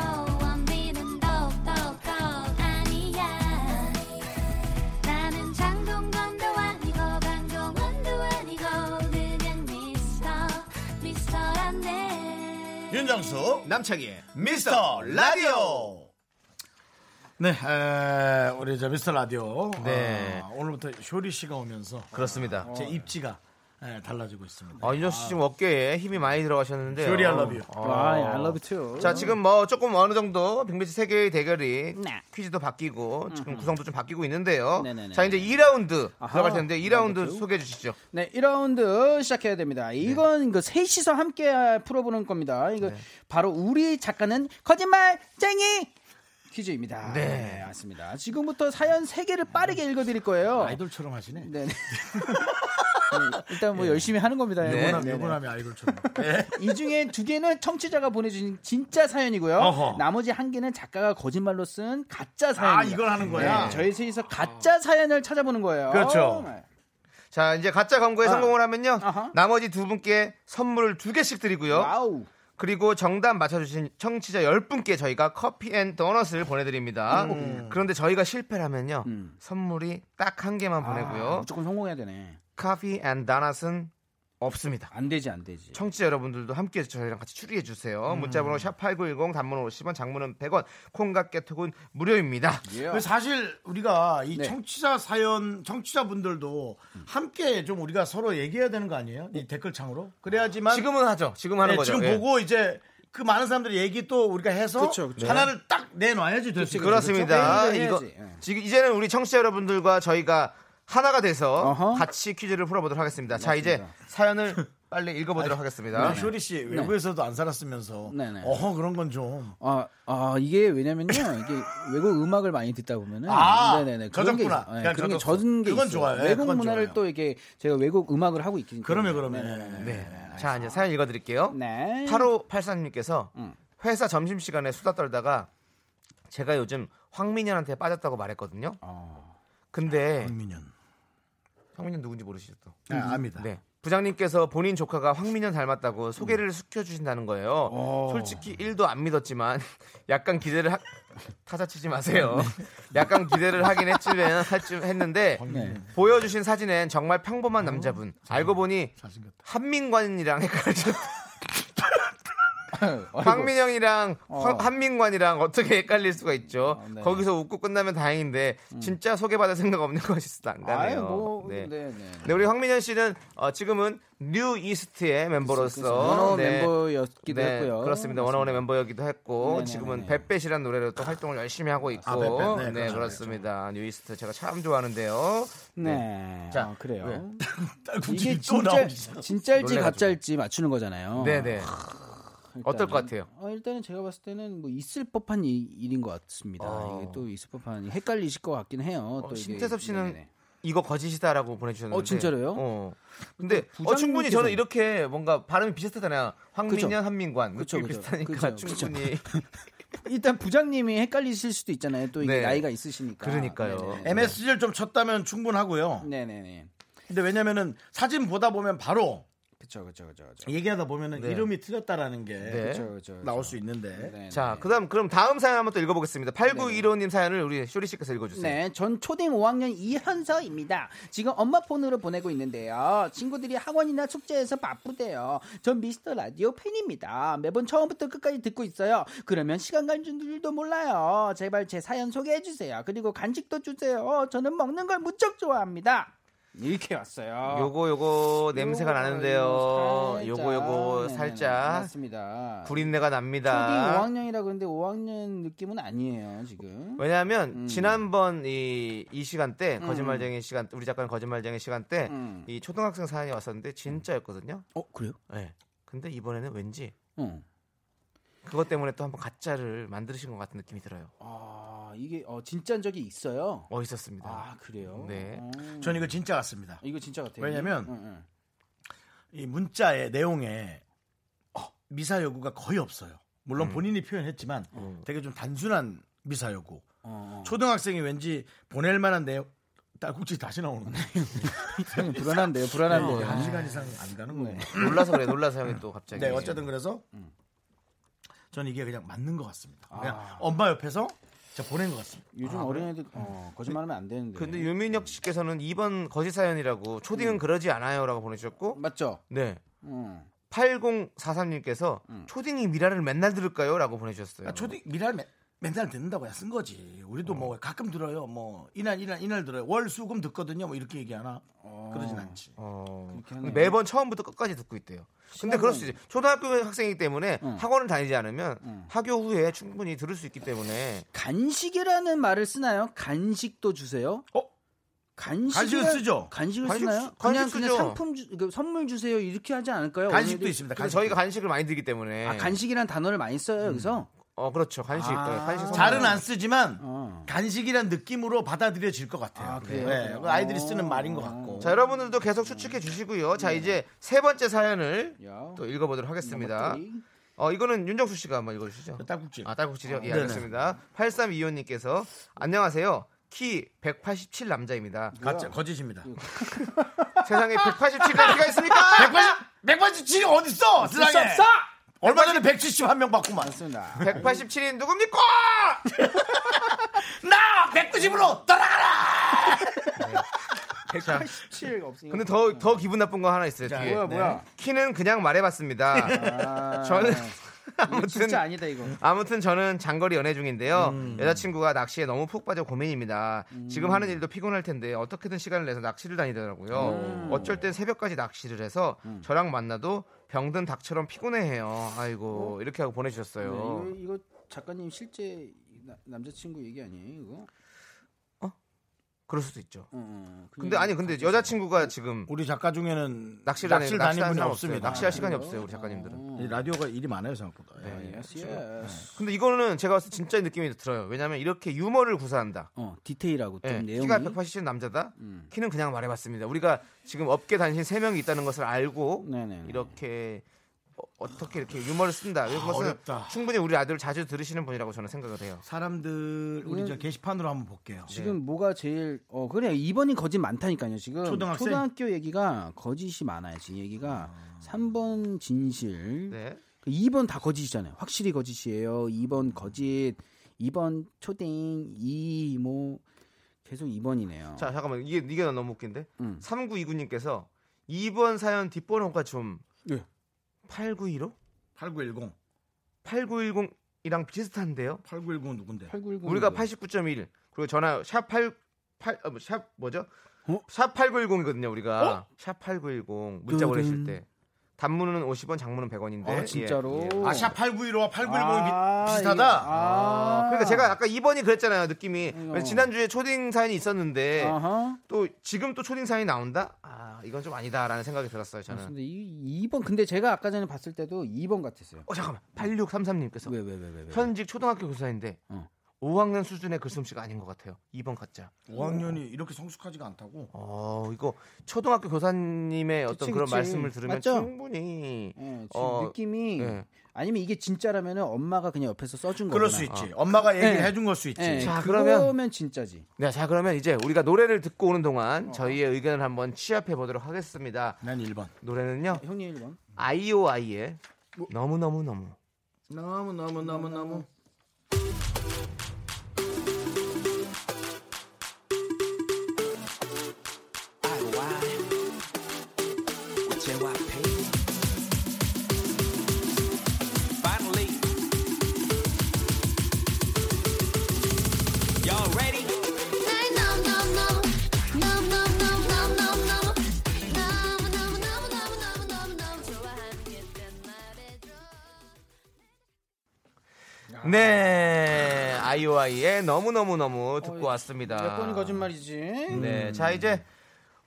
S3: 원빈은 더욱더 아니야 나는 장동건도 아니고 강동원도 아니고 그냥 미스터 미스터란데
S1: 윤정수
S2: 남창희의
S1: 미스터 라디오. 네, 에, 우리 저 미스터 라디오.
S2: 네.
S1: 아, 오늘부터 쇼리 씨가 오면서
S2: 그렇습니다.
S1: 제 입지가 에, 달라지고 있습니다.
S2: 어. 아, 윤정수 씨 지금 어깨에 힘이 많이 들어가셨는데.
S1: 쇼리 I love you.
S7: 아, I love you too.
S2: 자 지금 뭐 조금 어느 정도 빅매치 세개의 대결이 퀴즈도 바뀌고 지금 구성도 좀 바뀌고 있는데요.
S7: 네. 음. 네네네.
S2: 자 이제 2라운드
S7: 아하.
S2: 들어갈 텐데 2라운드
S7: 이라운드.
S2: 소개해 주시죠.
S7: 네, 1라운드 시작해야 됩니다.
S1: 네.
S7: 이건 그 셋이서 함께 풀어보는 겁니다. 이거 바로 우리 작가는 거짓말쟁이 퀴즈입니다.
S2: 네.
S7: 맞습니다. 지금부터 사연 3개를 빠르게 읽어드릴 거예요.
S1: 아이돌처럼 하시네.
S7: 네. 네. 일단 뭐 열심히 하는 겁니다.
S2: 네.
S7: 이거는.
S1: 요번함이 요번함이 아이돌처럼. 예.
S7: 이 중에 두 개는 청취자가 보내주신 진짜 사연이고요.
S1: 어허.
S7: 나머지 한 개는 작가가 거짓말로 쓴 가짜 사연.
S1: 아 이걸 하는
S7: 네.
S2: 네.
S1: 거야.
S7: 저희 셋이서 가짜 사연을 찾아보는 거예요.
S1: 그렇죠.
S2: 자 이제 가짜 광고에 성공을 하면요.
S7: 아. 아하.
S2: 나머지 두 분께 선물을 두 개씩
S1: 어?
S2: 드리고요.
S7: 와우.
S2: 그리고 정답 맞춰주신 청취자 10분께 저희가 커피 앤 도넛을 보내드립니다. 그런데 저희가 실패하면요.
S7: 음.
S2: 선물이 딱 한 개만
S7: 아,
S2: 보내고요.
S7: 무조건 성공해야 되네.
S2: 커피 앤 도넛은 없습니다.
S7: 안 되지 안 되지.
S2: 청취자 여러분들도 함께 저희랑 같이 추리해 주세요.
S7: 음.
S2: 문자번호 샵 #8910 단문 50원, 장문은 100원, 콩과 깨톡은 무료입니다.
S1: 그래서 사실 우리가 이
S7: 네.
S1: 청취자 사연 청취자분들도 함께 좀 우리가 서로 얘기해야 되는 거 아니에요? 이 댓글창으로. 그래야지만
S2: 지금은 하죠. 지금 하는
S1: 네,
S2: 거죠.
S1: 지금
S2: 예.
S1: 보고 이제 그 많은 사람들의 얘기 또 우리가 해서
S7: 그쵸, 그쵸.
S1: 하나를 딱 내놔야지 될 수 있거든요.
S2: 그렇습니다.
S7: 그렇죠.
S2: 이거
S7: 해야지. 예.
S2: 지금 이제는 우리 청취자 여러분들과 저희가 하나가 돼서
S7: 어허.
S2: 같이 퀴즈를 풀어보도록 하겠습니다. 자 이제 사연을 빨리 읽어보도록 하겠습니다.
S1: 우리 아, 네. 쇼리 씨 외국에서도 안 살았으면서
S7: 네, 네.
S1: 어 그런 건 좀
S7: 아, 아 이게 왜냐면요 이게 외국 음악을 많이 듣다 보면은
S1: 아,
S7: 그런 게
S1: 젖었구나.
S7: 있- 네,
S1: 그냥
S7: 그런 게
S1: 젖었어.
S7: 젖은 게
S1: 그건
S7: 있어요.
S1: 좋아요. 예,
S7: 외국
S1: 그건
S7: 문화를
S1: 좋아요.
S7: 또 이게 제가 외국 음악을 하고 있기 때문에
S1: 그러면 그러면 네.
S2: 네. 자 이제 사연 읽어드릴게요.
S7: 네.
S2: 8583님께서
S7: 음.
S2: 회사 점심시간에 수다 떨다가 제가 요즘 황민현한테 빠졌다고 말했거든요. 근데
S1: 민현
S2: 황민현 누군지 모르시죠 또.
S1: 아, 압니다.
S2: 네. 부장님께서 본인 조카가 황민현 닮았다고 소개를 시켜주신다는 거예요.
S7: 어.
S2: 솔직히 1도 안 믿었지만 약간 기대를 하... 타자치지 마세요.
S7: 네.
S2: 약간 기대를 하긴 했지만 할쯤 했는데 보여주신 사진엔 정말 평범한
S7: 어?
S2: 남자분. 알고 보니
S1: 잘생겼다.
S2: 한민관이랑 헷갈렸다.
S7: 아이고.
S2: 황민영이랑
S7: 어.
S2: 황- 한민관이랑 어떻게 헷갈릴 수가 있죠.
S7: 어, 네. 음.
S2: 거기서 웃고 끝나면 다행인데 진짜 소개받을 생각 없는 것이
S7: 아유
S2: 난감해요.
S7: 뭐
S2: 네.
S7: 네. 네, 네.
S2: 네, 우리 황민현 씨는 어, 지금은 뉴 이스트의 멤버로서
S7: 원어
S2: 네.
S7: 멤버였기도
S2: 네,
S7: 했고요.
S2: 그렇습니다. 원어원의 멤버이기도 했고
S7: 네네네.
S2: 지금은 뱃뱃이라는 노래로 또 활동을 열심히 하고 있고
S1: 아, 뱃뱃. 네,
S2: 네,
S1: 그렇죠,
S2: 그렇습니다. 뉴 이스트 제가 참 좋아하는데요.
S7: 네.
S2: 자,
S7: 아, 그래요.
S1: 딸꾹질이
S7: 이게
S1: 또
S7: 진짜
S1: 나오기 시작.
S7: 진짜일지
S2: 놀래가지고.
S7: 가짜일지 맞추는 거잖아요.
S2: 네, 네.
S7: 어, 일단은.
S2: 어떨 것 같아요?
S7: 어, 일단은 제가 봤을 때는 뭐 있을 법한 이- 일인 것 같습니다.
S2: 어.
S7: 이게 또 있을 법한 헷갈리실 것 같긴 해요.
S2: 어,
S7: 또 이게-
S2: 신태섭 씨는
S7: 네네.
S2: 이거 거짓이다라고 보내주셨는데.
S7: 어, 진짜로요?
S2: 어. 근데
S7: 부장님께서-
S2: 어, 충분히 저는 이렇게 뭔가 발음이 비슷하잖아요. 황민현,
S7: 그죠.
S2: 한민관.
S7: 그죠,
S2: 느낌이
S7: 그죠.
S2: 비슷하니까
S7: 그죠, 그죠.
S2: 충분히.
S7: 일단 부장님이 헷갈리실 수도 있잖아요. 또 이게
S2: 네.
S7: 나이가 있으시니까. 네,
S2: 그러니까요.
S1: 네. MSG를 좀 쳤다면 충분하고요.
S7: 네네네.
S1: 근데 왜냐면은 사진 보다 보면 바로
S7: 그쵸 그쵸 그쵸 그쵸.
S1: 얘기하다 보면은
S2: 네.
S1: 이름이 틀렸다라는 게
S2: 네.
S7: 그쵸, 그쵸, 그쵸.
S1: 나올 수 있는데
S7: 네네.
S2: 자, 그다음 그럼 다음 사연 한번 또 읽어보겠습니다. 8915님 사연을 우리 쇼리 씨께서 읽어주세요.
S7: 네, 전 초딩 5학년 이현서입니다. 지금 엄마 폰으로 보내고 있는데요. 친구들이 학원이나 축제에서 바쁘대요. 전 미스터 라디오 팬입니다. 매번 처음부터 끝까지 듣고 있어요. 그러면 시간 간 줄도 몰라요. 제발 제 사연 소개해 주세요. 그리고 간식도 주세요. 저는 먹는 걸 무척 좋아합니다. 이렇게 왔어요.
S2: 요거 요거 냄새가
S7: 요거,
S2: 나는데요.
S7: 살짝.
S2: 요거 요거
S7: 네네네,
S2: 살짝
S7: 맞습니다.
S2: 구린내가
S7: 초딩
S2: 납니다.
S7: 5학년이라 그러는데 5학년 느낌은 아니에요 지금.
S2: 왜냐하면
S7: 음.
S2: 지난번 이, 이 시간 때 거짓말쟁이 시간 우리 작가는 거짓말쟁이 시간 때 이
S7: 음.
S2: 초등학생 사연이 왔었는데 진짜였거든요.
S7: 어 그래요?
S2: 네. 근데 이번에는 왠지
S7: 응.
S2: 그것 때문에 또 한번 가짜를 만드신 것 같은 느낌이 들어요.
S7: 아 이게 어, 진짜인 적이 있어요.
S2: 어 있었습니다.
S7: 아 그래요?
S2: 네.
S7: 어.
S1: 전 이거 진짜 같습니다.
S7: 이거 진짜 같아요.
S1: 왜냐면-
S7: 응, 응.
S1: 이 문자의 내용에 어, 미사 여구가 거의 없어요. 물론 본인이 표현했지만 되게 좀 단순한 미사 여구. 음.
S7: 어, 어.
S1: 초등학생이 왠지 보낼 만한 내용 딸꾹질 다시 나오는 거예요.
S7: 형, 불안한데요,
S2: 네.
S7: 불안한데요.
S1: 어, 한 시간 이상 안 가는 거예요.
S2: 놀라서 그래. 놀라서 형이 또 갑자기.
S1: 네, 어쨌든 그래서 아. 저는 이게 그냥 맞는 것 같습니다. 그냥 엄마 옆에서 제가 보낸 것 같습니다.
S7: 요즘 어린애들 어, 거짓말하면 안 되는데.
S2: 아, 음. 근데 유민혁 씨께서는 이번 거짓 사연이라고
S7: 음.
S2: 초딩은 그러지 않아요라고 보내주셨고
S7: 맞죠?
S2: 네.
S7: 응.
S2: 8043님께서
S7: 음.
S2: 초딩이 미라를 맨날 들을까요? 라고 보내주셨어요.
S1: 아, 초등 미랄 맨, 맨날 듣는다고 쓴 거지. 우리도 뭐 가끔 들어요. 뭐 이날 이날 이날 들어요. 월 수금 듣거든요. 뭐 이렇게 얘기하나 그러진 않지.
S2: 어,
S7: 하네요.
S2: 매번 처음부터 끝까지 듣고 있대요. 근데 그럴 수 있지. 초등학교 학생이기 때문에
S7: 음.
S2: 학원을 다니지 않으면 학교 후에 충분히 들을 수 있기 때문에
S7: 간식이라는 말을 쓰나요? 간식도 주세요?
S1: 어?
S7: 간식
S1: 간식을 쓰죠.
S7: 간식을
S2: 간식
S7: 쓰나요?
S2: 쓰-
S7: 그냥
S2: 간식
S7: 그냥
S2: 쓰죠.
S7: 상품 주, 그 선물 주세요 이렇게 하지 않을까요?
S1: 간식도
S7: 어린애들이?
S1: 있습니다.
S2: 근데
S1: 간식.
S2: 저희가 간식을 많이 드기 때문에
S7: 아, 간식이란 단어를 많이 써요 여기서.
S2: 어 그렇죠 간식
S7: 아.
S2: 간식 선물.
S1: 잘은 안 쓰지만
S7: 어.
S1: 간식이란 느낌으로 받아들여질 것 같아요.
S7: 아, 그래요?
S1: 네,
S7: 그래요?
S1: 그 아이들이 쓰는 말인 것 같고.
S2: 자 여러분들도 계속 추측해 주시고요. 자 이제 세 번째 사연을
S7: 음. 야.
S2: 또 읽어보도록 하겠습니다.
S7: 넘어뜨리.
S2: 어 이거는 윤정수 씨가 한번 읽어주시죠.
S1: 딸꾹질.
S2: 아, 딸꾹질이요? 예,
S1: 네네.
S2: 알겠습니다. 8325님께서 안녕하세요. 키 187 남자입니다.
S1: 가짜, 거짓입니다.
S2: 세상에 187가 키가 있습니까?
S1: 180, 187이 어딨어? 세상에. 얼마 전에 171명 받고만.
S7: 맞습니다.
S2: 187인 누굽니까?
S1: 나 190으로 따라가라!
S7: 7 없으니까.
S2: 근데 더, 더 기분 나쁜 거 하나 있어요, 뒤에. 네.
S7: 뭐야 뭐야.
S2: 키는 그냥 말해봤습니다.
S7: 아,
S2: 저는
S7: 이거
S2: 아무튼
S7: 진짜 아니다 이거.
S2: 아무튼 저는 장거리 연애 중인데요.
S1: 음.
S2: 여자친구가 낚시에 너무 푹 빠져 고민입니다. 지금 하는 일도 피곤할 텐데 어떻게든 시간을 내서 낚시를 다니더라고요.
S1: 음.
S2: 어쩔 땐 새벽까지 낚시를 해서 저랑 만나도 병든 닭처럼 피곤해해요.
S1: 어?
S2: 아이고 이렇게 하고
S7: 네,
S2: 보내주셨어요.
S7: 이거, 이거 작가님 실제 나- 남자친구 얘기 아니에요 이거?
S2: 그럴 수도 있죠.
S7: 어, 어, 그냥
S2: 근데 아니 근데 여자친구가 지금
S1: 우리 작가 중에는
S2: 낚시를
S1: 낚시를, 다니는
S2: 다니는-
S1: 분이 없습니다. 네.
S2: 낚시하는 사람 없어요. 낚시할 시간이
S7: 그래요?
S2: 없어요, 우리 작가님들은.
S7: 어.
S1: 이 라디오가 일이 많아요, 생각보다. 예.
S7: Yes, yes.
S2: 근데 이거는 제가 봤을 때 진짜 느낌이 들어요. 왜냐하면 이렇게 유머를 구사한다.
S7: 어 디테일하고 좀
S2: 예,
S7: 내용이 음.
S2: 키가 187 남자다. 키는 그냥 말해봤습니다. 우리가 지금 업계 단신 3명이 있다는 것을 알고
S7: 네네네.
S2: 이렇게 어, 떻게 이렇게 유머를 쓴다.
S7: 아,
S2: 이런 것은
S1: 어렵다.
S2: 충분히 우리 아들 자주 들으시는 분이라고 저는 생각을 해요.
S1: 사람들,
S2: 네.
S1: 우리 저 게시판으로 한번 볼게요.
S2: 예.
S7: 지금 뭐가 제일 어 그래 이번이 거짓 많다니까요 지금
S1: 초등학생?
S7: 초등학교 얘기가 거짓이 많아요 지금 얘기가 3번 진실
S2: 네.
S7: 그 2번 다 거짓이잖아요 확실히 거짓이에요 2번 거짓 2번 초딩 2 뭐 계속 2번이네요
S2: 자 잠깐만 이게 이게 너무 웃긴데
S7: 음.
S2: 3929님께서 2번 사연 뒷번호가 좀
S7: 예.
S2: 8915?
S1: 8910.
S2: 8910이랑 비슷한데요.
S1: 8910은 누군데?
S7: 8910
S2: 우리가 89.1 그리고 전화 샵8 8 어, 뭐, 샵 뭐죠?
S7: 어?
S2: 샵 8910이거든요, 우리가. 샵 8910 문자
S7: 두둔.
S2: 보내실 때. 단문은 50원, 장문은 100원인데.
S7: 그, 음.
S2: 예,
S7: 아, 진짜로
S1: 아, 샵 8915와 8910이
S7: 아,
S1: 비슷하다?
S7: 아,
S2: 그러니까 제가 아까 2번이 그랬잖아요, 느낌이.
S7: 이거.
S2: 지난주에 초딩 사연이 있었는데
S7: 어. 아하.
S2: 또 지금 또 초딩 사연이 나온다? 아, 이건 좀 아니다라는 생각이 들었어요, 저는.
S7: 맞습니다. 이 2번 근데 제가 아까 전에 봤을 때도 2번 같았어요
S2: 어, 잠깐만. 8633님께서
S7: 왜 왜 왜 왜왜
S2: 현직 초등학교 교사인데
S7: 어.
S2: 5학년 수준의 글솜씨가 아닌 것 같아요. 2번 가짜.
S1: 5학년이 이렇게 성숙하지가 않다고?
S2: 어, 이거 초등학교 교사님의 어떤
S7: 그치,
S2: 그런
S7: 그치.
S2: 말씀을 들으면
S7: 맞죠?
S2: 충분히
S7: 예, 지금
S2: 어,
S7: 느낌이
S2: 예.
S7: 아니면 이게 진짜라면 엄마가 그냥
S2: 음.
S7: 옆에서 써준 거나 예,
S1: 그럴 수 있지.
S2: 아.
S1: 엄마가
S2: 네.
S1: 얘기를 해준 걸 수 있지.
S2: 자, 그러면-
S7: 그러면 진짜지.
S2: 네, 자 그러면 이제 우리가 노래를 듣고 오는
S7: 어.
S2: 동안 저희의 의견을 한번 취합해 보도록 하겠습니다.
S1: 난 1번.
S2: 노래는요.
S7: 형님 뭐. 1번.
S2: 아이오아이의 너무 너무 너무.
S1: 너무 너무 너무 너무.
S8: No, no, no, no, no, no, no, no, no, no.
S7: 아.
S2: 네, 아이오아이의 너무너무너무 듣고 왔습니다.
S7: 몇 번이 거짓말이지?
S2: 네, 자 이제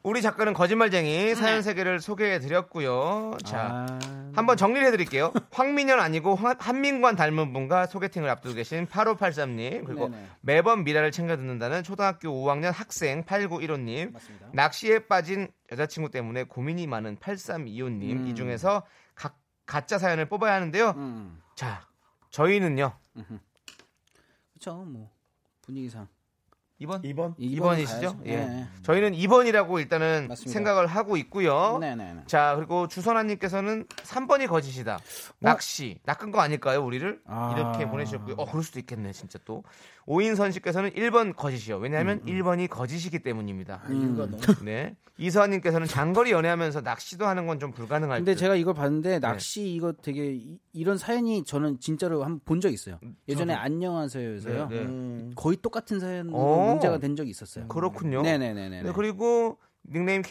S2: 우리 작가는 거짓말쟁이 사연 세 개를 소개해 드렸고요. 자,
S7: 네. 아.
S2: 한번 정리를 해 드릴게요. 황민현 아니고 황- 한민관 닮은 분과 소개팅을 앞두고 계신 8583님 그리고
S7: 네네.
S2: 매번 미라를 챙겨 듣는다는 초등학교 5학년 학생 8915님
S7: 맞습니다.
S2: 낚시에 빠진 여자친구 때문에 고민이 많은 8325님 이 중에서 각, 가짜 사연을 뽑아야 하는데요.
S7: 음.
S2: 자, 저희는요.
S7: 그쵸, 뭐. 분위기상.
S2: 2번?
S1: 2번.
S7: 이-
S2: 2번이시죠?
S7: 가야죠.
S2: 예.
S7: 네.
S2: 저희는 2번이라고 일단은
S7: 맞습니다.
S2: 생각을 하고 있고요.
S7: 네네네.
S2: 자, 그리고 주선아님께서는 3번이 거짓이다. 낚시. 낚은 거 아닐까요, 우리를?
S7: 어? 아.
S2: 이렇게 보내주셨고요. 어, 그럴 수도 있겠네, 진짜 또. 오인선 씨께서는 1번 거짓이요.
S7: 음,
S2: 왜냐하면 1번이 거짓이기 때문입니다.
S7: 아,
S2: 네. 이서아님께서는 장거리 연애하면서 낚시도 하는 건 좀 불가능할
S7: 근데
S2: 듯.
S7: 제가 이걸 봤는데 낚시 이거 되게 이- 이런 사연이 저는 진짜로 한 번 본 적 있어요. 예전에 안녕하세요에서요. 음,
S2: 네, 네.
S7: 거의 똑같은 사연
S2: 오.
S7: 로 문제가 된 적이 있었어요.
S2: 그렇군요.
S7: 네네네네.
S2: 네, 그리고 닉네임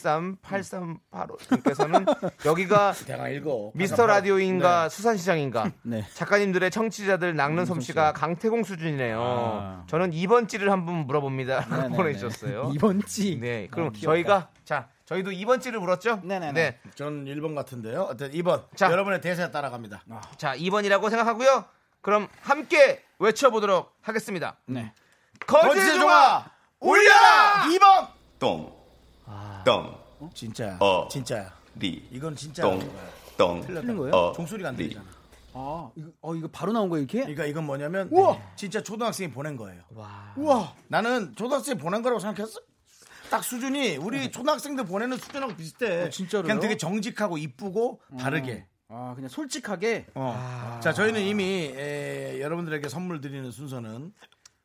S2: K73738385님께서는 여기가
S1: 대강 읽어.
S2: 미스터 라디오인가 수산시장인가
S7: 네.
S2: 작가님들의 청취자들 낚는 솜씨가 강태공 수준이네요.
S7: 아.
S2: 저는 2번찌를 한번 물어봅니다.
S7: 네, 네,
S2: 보내주셨어요.
S7: 이번 지.
S2: 네, 그럼 저희가 자 저희도 2번찌를 물었죠?
S7: 네, 네, 네.
S1: 전 1번 같은데요. 어쨌든 2번.
S2: 자. 아.
S1: 여러분의 대세 따라갑니다.
S2: 자 2번이라고 생각하고요. 그럼 함께 외쳐보도록 하겠습니다.
S1: 어,
S7: 네.
S2: 거짓의 종아 울려라!
S1: 2번.
S8: 똥, 똥,
S1: 진짜야.
S8: 어.
S1: 진짜야.
S8: 리,
S1: 이건 진짜라는
S8: 똥,
S1: 거야.
S8: 똥,
S1: 틀린
S7: 거예요?
S8: 어,
S1: 종소리가 안
S8: 리.
S1: 들리잖아.
S7: 아, 이거, 어, 이거 바로 나온 거예요, 이렇게?
S1: 그러니까 이건 뭐냐면 진짜 초등학생이 보낸 거예요. 우와. 나는 초등학생이 보낸 거라고 생각했어. 딱 수준이 우리 초등학생들 보내는 수준하고 비슷해.
S7: 어, 진짜로요?
S1: 그냥 되게 정직하고 이쁘고 바르게.
S7: 아, 그냥 솔직하게.
S1: 어.
S7: 아.
S1: 자, 저희는 이미 에, 여러분들에게 선물 드리는 순서는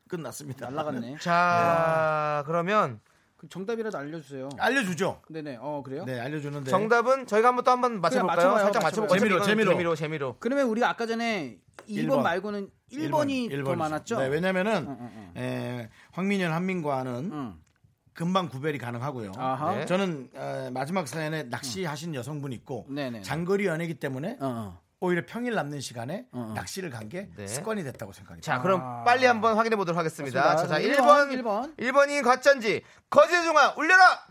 S1: 끝났습니다.
S7: 날라갔네. 네.
S2: 자 그러면
S7: 그 정답이라도 알려주세요.
S1: 알려주죠.
S7: 네네. 어, 그래요?
S1: 아. 네, 알려주는데.
S2: 정답은 저희가 한번 또 한번 맞춰볼까요?
S7: 맞춰봐요,
S2: 살짝
S7: 맞춰봐요.
S2: 맞춰볼까요?
S1: 재미로,
S2: 이건
S1: 재미로.
S2: 재미로 재미로
S7: 그러면 우리가 아까 전에 2번
S1: 일 번.
S7: 말고는
S1: 일
S7: 1번이
S1: 번, 일
S7: 더
S1: 번이죠.
S7: 많았죠?
S1: 네, 왜냐면은
S7: 응,
S1: 에, 황민현 한민과는
S7: 응.
S1: 금방 구별이 가능하고요.
S7: 아하.
S2: 네.
S1: 저는 에, 마지막 사연에 낚시하신 여성분 있고
S7: 음. 네네.
S1: 장거리 연애기 때문에
S7: 어, 어.
S1: 오히려 평일 남는 시간에
S7: 어.
S1: 낚시를 간 게
S2: 네.
S1: 습관이 됐다고 생각합니다.
S2: 자, 그럼 빨리 한번 확인해 보도록 하겠습니다. 자,
S7: 맞습니다.
S2: 자,
S7: 일
S2: 1번,
S7: 일
S2: 1번.
S7: 번.
S2: 1번이 가짜인지, 거지중아 울려라!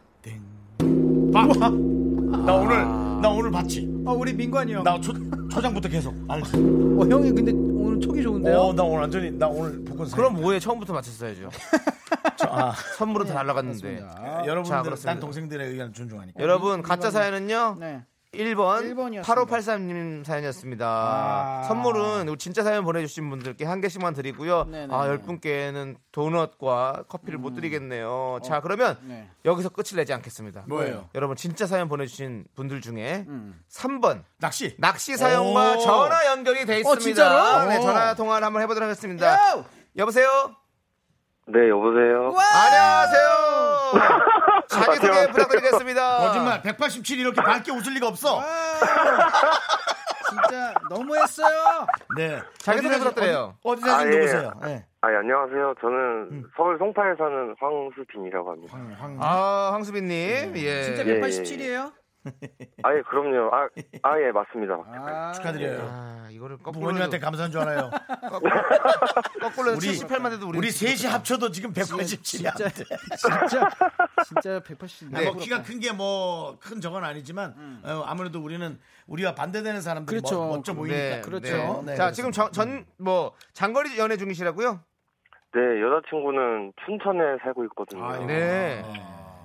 S1: 나 오늘 나 오늘 봤지.
S7: 아, 우리 민관이 형.
S1: 나 초, 초장부터 계속 알지.
S7: 어, 형이 근데 오늘 촉이 좋은데요?
S1: 어, 나 오늘 완전히 나 오늘 복권 사.
S2: 그럼 뭐해? 처음부터 맞췄어야죠. 선물은 다 날라갔는데. 자,
S1: 여러분들
S2: 그렇습니다.
S1: 딴 동생들의 의견 존중하니까.
S2: 여러분, 가짜 사연은요?
S7: 네.
S2: 1번,
S7: 1번이었습니다.
S2: 8583님 사연이었습니다. 선물은 우리 진짜 사연 보내주신 분들께 한 개씩만 드리고요.
S7: 네네.
S2: 아, 10분께는 도넛과 커피를 못 드리겠네요. 자, 그러면
S7: 네.
S2: 여기서 끝을 내지 않겠습니다.
S1: 뭐예요?
S2: 여러분, 진짜 사연 보내주신 분들 중에 3번,
S1: 낚시.
S2: 낚시 사연과
S1: 오. 어,
S2: 전화 연결이 돼 있습니다.
S7: 진짜로?
S2: 네,
S7: 오.
S2: 전화 통화를 한번 해보도록 하겠습니다.
S1: 예.
S2: 여보세요.
S4: 네, 여보세요.
S2: 안녕하세요. 자기 소개 부탁드리겠습니다.
S7: 아.
S1: 거짓말 187 이렇게 밝게 웃을 리가 없어.
S7: 진짜 너무했어요.
S1: 네.
S2: 자기 소개 부탁드려요.
S1: 어디 사신
S4: 아, 예.
S1: 누구세요? 네.
S4: 아, 예, 안녕하세요. 저는
S7: 음.
S4: 서울 송파에 사는 황수빈이라고 합니다.
S1: 황, 황.
S2: 아
S1: 음,
S2: 황수빈님, 예.
S7: 진짜
S4: 예,
S7: 187이에요?
S4: 아, 예, 그럼요. 아, 아, 예, 맞습니다.
S7: 아,
S1: 축하드려요.
S2: 아 이거를 거꾸로
S1: 부모님한테
S2: 해도-
S1: 감사한 줄 알아요.
S2: 거꾸로 해도
S1: 우리-
S2: 78만 해도 우리 네,
S1: 우리 셋이 합쳐도 지금 187이야. 네.
S7: 진짜 진짜 네, 180.
S1: 뭐 키가 큰 게 뭐 큰 저건 아니지만 어, 아무래도 우리는 우리와 반대되는 사람들이 뭐
S7: 그렇죠.
S1: 멋- 멋져 보이니까
S2: 네,
S1: 그렇죠.
S2: 네.
S1: 네,
S2: 자
S1: 그래서.
S2: 지금 전 뭐 장거리 연애 중이시라고요?
S4: 네, 여자친구는 춘천에 살고 있거든요.
S1: 아.
S2: 네.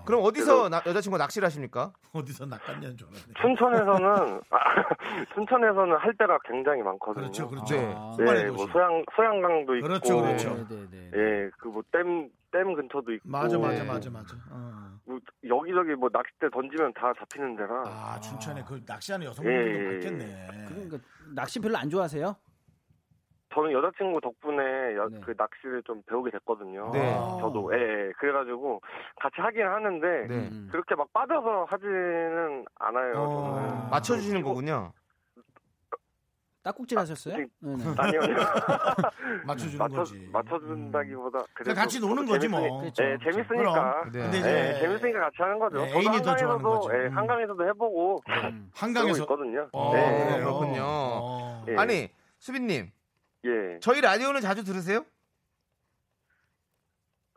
S2: 그럼 어디서 나- 여자친구 낚시를 하십니까?
S1: 어디서 낚았냐는 줄 알았네.
S4: 춘천에서는 아, 춘천에서는 할 때가 굉장히 많거든요.
S1: 그렇죠, 그렇죠.
S2: 네.
S4: 네, 뭐 소양 소양강도 있고,
S1: 그렇죠, 그렇죠.
S7: 네네네.
S4: 예, 그 뭐댐 댐 근처도 있고,
S1: 맞아, 맞아,
S2: 네.
S1: 맞아, 맞아. 어.
S4: 뭐 여기저기 뭐 낚싯대 던지면 다 잡히는 데라.
S1: 아, 춘천에 그 낚시하는 여성분들도
S4: 예, 예,
S1: 많겠네.
S7: 그러니까 낚시 별로 안 좋아하세요?
S4: 저는 여자친구 덕분에 여-
S7: 네.
S4: 그 낚시를 좀 배우게 됐거든요.
S2: 네.
S4: 저도 예, 예. 그래가지고 같이 하긴 하는데
S2: 네.
S7: 음.
S4: 그렇게 막 빠져서 하지는
S1: 어.
S4: 않아요. 저는.
S2: 맞춰주시는 거군요.
S7: 딱꼭질 하셨어요?
S4: 지금-
S7: 네네.
S4: 아니요, 아니요.
S1: 맞춰주는
S4: 맞춰
S1: 거지.
S4: 맞춰준다기보다
S1: 그냥 같이 노는 거지 뭐.
S7: 재밌으니-
S9: 네,
S4: 예, 재밌으니까.
S1: 그럼.
S2: 네.
S1: 근데
S4: 예,
S1: 이제
S4: 재밌으니까 같이 하는 거죠.
S1: 예,
S4: 저도
S1: 애인이 더 좋아하는
S4: 한강에서도,
S1: 거죠.
S4: 예,
S1: 음.
S4: 한강에서도 해보고 그러고
S1: 한강에서.
S4: 있거든요.
S1: 어,
S4: 네.
S2: 그래요? 그렇군요.
S1: 어.
S4: 예.
S2: 아니 수빈님
S9: 예.
S2: 저희 라디오는 자주 들으세요?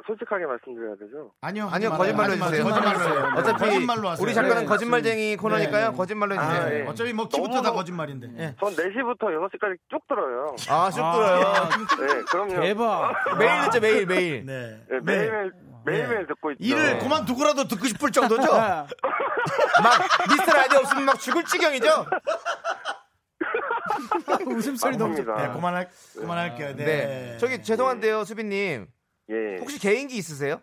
S9: 솔직하게 말씀드려야 되죠.
S1: 아니요,
S2: 아니요 거짓말로 해주세요.
S1: 거짓말로 해요.
S2: 어차피
S1: 거짓말로 하세요.
S2: 우리 작가는
S1: 네.
S2: 거짓말쟁이 코너니까요.
S1: 네.
S2: 거짓말로 해주세요.
S1: 아, 예.
S9: 네.
S1: 어차피 뭐 키부터 다
S9: 너무너무-
S1: 거짓말인데. 예.
S9: 전 4시부터 6시까지 쭉 들어요.
S2: 아쑥 들어요. 아,
S9: 네, 그럼요.
S7: 대박.
S2: 매일 듣죠 매일 매일.
S1: 네.
S9: 네, 매일매일, 매일매일 네. 듣고 있죠.
S1: 일을 그만두고라도 듣고 싶을 정도죠?
S2: 막 미스터 라디오 없으면 막 죽을 지경이죠.
S1: 웃음소리 너무 좋
S9: 아닙니다.
S1: 네, 그만할, 그만할게요. 네.
S2: 네. 저기 죄송한데요 수빈님
S9: 예.
S2: 혹시 개인기 있으세요?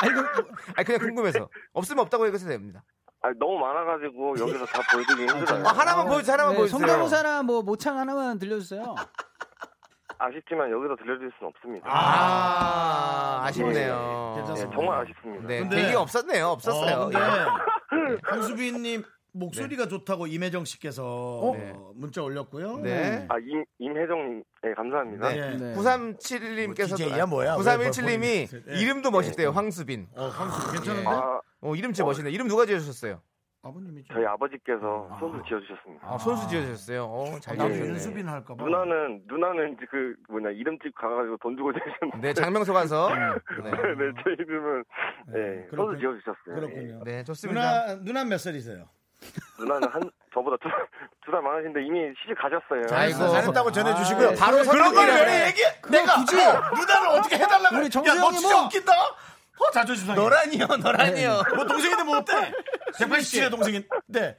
S2: 아니, 그- 아니, 그냥 궁금해서 없으면 없다고 얘기해도 됩니다.
S9: 아, 너무 많아가지고 여기서 다 보여드리기 힘들어요.
S2: 아, 하나만 보여주세요. 하나만
S7: 네,
S2: 보여주세요.
S7: 성대모사나 뭐 모창 하나만 들려주세요.
S9: 아쉽지만 여기서 들려드릴 수는
S1: 아.
S9: 없습니다.
S2: 아
S1: 예,
S2: 아쉽네요.
S9: 네,
S1: 괜찮습니다.
S9: 정말 아쉽습니다.
S2: 네,
S1: 근데-
S2: 근데... 계기 없었네요. 없었어요.
S1: 어, 근데
S2: 예.
S1: 황수빈님 목소리가
S9: 네.
S1: 좋다고 임혜정 씨께서
S2: 네.
S1: 문자 올렸고요.
S2: 네.
S9: 어? 아, 임, 임혜정님, 네, 감사합니다.
S2: 네.
S1: 예.
S7: 네.
S2: 9371님께서
S1: 뭐 DJ 야, 뭐야? 왜
S2: 9317님이
S1: 벌써- 예.
S2: 이름도 멋있대요. 황수빈.
S1: 어, 황수 괜찮은데?
S9: 아,
S2: 어, 이름 진짜 멋있네. 이름 누가 지어주셨어요?
S1: 아버님이죠. 아,
S9: 저희 아버지께서 손을 지어주셨습니다.
S2: 아, 손수 지어주셨어요. 어, 잘
S1: 나도
S2: 지어주셨네.
S1: 윤수빈 할까봐.
S9: 아, 예. 누나는, 누나는 그, 뭐냐, 이름집 가가지고 돈 주고 되셨는데.
S2: 네, 장명소 가서. 네.
S9: 네, 제 이름은, 네,
S1: 그렇군-
S9: 손을 지어주셨어요.
S1: 그렇군요.
S2: 네, 좋습니다.
S1: 누나 누나 몇 살이세요?
S9: 예. 누나는 한, 저보다 두, 두달 많으신데 이미 시집 가셨어요.
S2: 아이고.
S1: 잘했다고 전해주시고요.
S7: 예.
S2: 바로
S1: 그런 걸
S2: 선택이라네.
S1: 왜 얘기? 내가 굳이 누나를 어떻게 해달라고?
S7: 우리 정수
S1: 야, 너
S7: 형이
S1: 진짜
S7: 뭐-
S1: 웃긴다. 어 자존심 상해.
S2: 너라니요, 너라니요.
S1: 뭐 동생인데 뭐 어때? 187의 동생인. 네.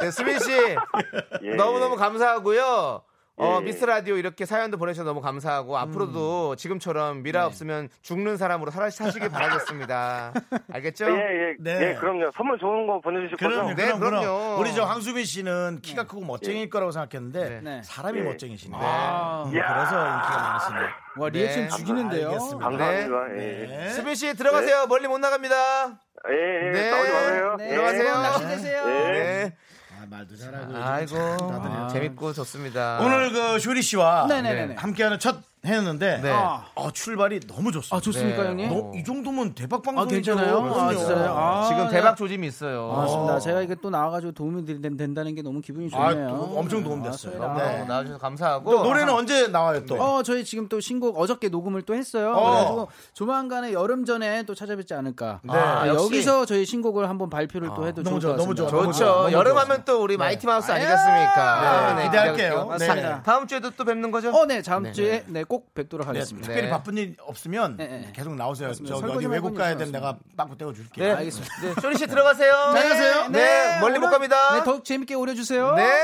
S2: 네, 수빈 씨.
S9: 예.
S2: 너무너무 감사하고요. 어,
S9: 예.
S2: 미스 라디오 이렇게 사연도 보내셔서 너무
S1: 음.
S2: 감사하고 앞으로도 지금처럼
S1: 네.
S2: 미라 없으면 죽는 사람으로 살아 사시길 바라겠습니다. 알겠죠?
S9: 예, 예,
S1: 네.
S9: 예, 그럼요. 선물 좋은 거 보내주실
S1: 그럼요.
S9: 거죠?
S2: 네,
S1: 그럼, 그럼.
S2: 그럼요. 네. 예.
S1: 우리 저 황수빈 씨는 키가 크고 멋쟁일 거라고 생각했는데
S7: 네.
S1: 사람이
S9: 네.
S1: 멋쟁이시네.
S7: 아,
S1: 음, 그래서 인기가 많으시네.
S7: 와 리액션
S2: 네.
S7: 죽이는데요.
S1: 알겠습니다.
S9: 감사합니다. 예.
S1: 네.
S2: 수빈 씨 들어가세요. 멀리 못 나갑니다.
S9: 예, 예,
S2: 네.
S9: 싸우지 마세요.
S2: 네.
S9: 예.
S2: 들어가세요.
S7: 낚시 되세요.
S2: 네.
S1: 아, 말도 잘하고.
S2: 아이고
S1: 다들
S2: 재밌고 좋습니다.
S1: 오늘 그 쇼리 씨와
S7: 네네네.
S1: 함께하는 첫 해였는데
S2: 네.
S1: 아, 어, 출발이 너무 좋습니다.
S7: 아 좋습니까
S2: 네.
S7: 형님?
S1: 너, 이 정도면 대박 방송이죠.
S7: 아 괜찮아요? 아
S1: 그럼요.
S7: 진짜요? 아,
S2: 지금
S7: 네.
S2: 대박 조짐이 있어요.
S7: 맞습니다. 제가 이게 또 나와가지고 도움이 된- 된다는 게 너무 기분이 좋네요.
S1: 아, 또 엄청 도움 됐어요.
S7: 아,
S2: 너무너무
S1: 네.
S2: 나와주셔서 감사하고
S1: 또 노래는 언제 나와요
S2: 네.
S1: 또?
S7: 어, 저희 지금 또 신곡 어저께 녹음을 또 했어요.
S1: 어.
S7: 그래가지고 조만간에 여름 전에 또 찾아뵙지 않을까.
S1: 네.
S7: 아,
S2: 역시.
S7: 여기서 저희 신곡을 한번 발표를 또 해도
S1: 너무 좋아,
S7: 좋을 것
S1: 너무
S7: 같습니다.
S1: 좋아. 너무
S2: 좋죠.
S1: 좋아, 너무
S2: 여름하면 또 우리 마이티 마우스 네. 아니겠습니까?
S1: 네,
S2: 네,
S1: 기대할게요.
S2: 맞습니다.
S1: 네.
S2: 다음 주에도 또 뵙는 거죠?
S7: 어, 네, 다음
S2: 네.
S7: 주에 네, 꼭 뵙도록
S1: 네,
S7: 하겠습니다.
S1: 특별히
S2: 네.
S1: 바쁜 일 없으면
S7: 네, 네.
S1: 계속 나오세요. 저
S7: 설거지
S1: 여기
S7: 말고는
S1: 외국 가야 되면
S7: 상관없습니다.
S1: 내가 빵꾸 떼어 줄게.
S2: 네.
S7: 알겠습니다.
S2: 네, 쇼리 씨 들어가세요.
S1: 안녕하세요.
S2: 네, 네, 멀리 못
S7: 오늘-
S2: 갑니다.
S7: 네, 더욱 재밌게 오려주세요.
S2: 네.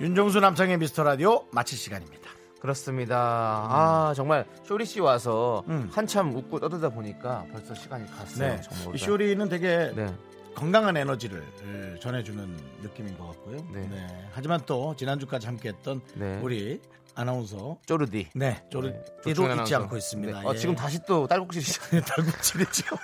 S1: 윤정수 남창의 미스터 라디오 마칠 시간입니다.
S2: 그렇습니다.
S1: 음.
S2: 아 정말 쇼리 씨 와서 한참 웃고 떠들다 보니까 벌써 시간이 갔어요.
S1: 네,
S2: 정말.
S1: 이 쇼리는 되게
S2: 네.
S1: 건강한 에너지를 에, 전해주는 느낌인 것 같고요.
S2: 네.
S1: 네, 하지만 또 지난주까지 함께했던
S2: 네.
S1: 우리 아나운서
S2: 쪼르디.
S1: 네,
S2: 조충현
S1: 쪼르띠도 잊지
S2: 아나운서.
S1: 않고 있습니다.
S2: 네. 어,
S1: 예.
S2: 지금 다시 또 딸꾹질이 시작했다.
S1: 달국질이죠.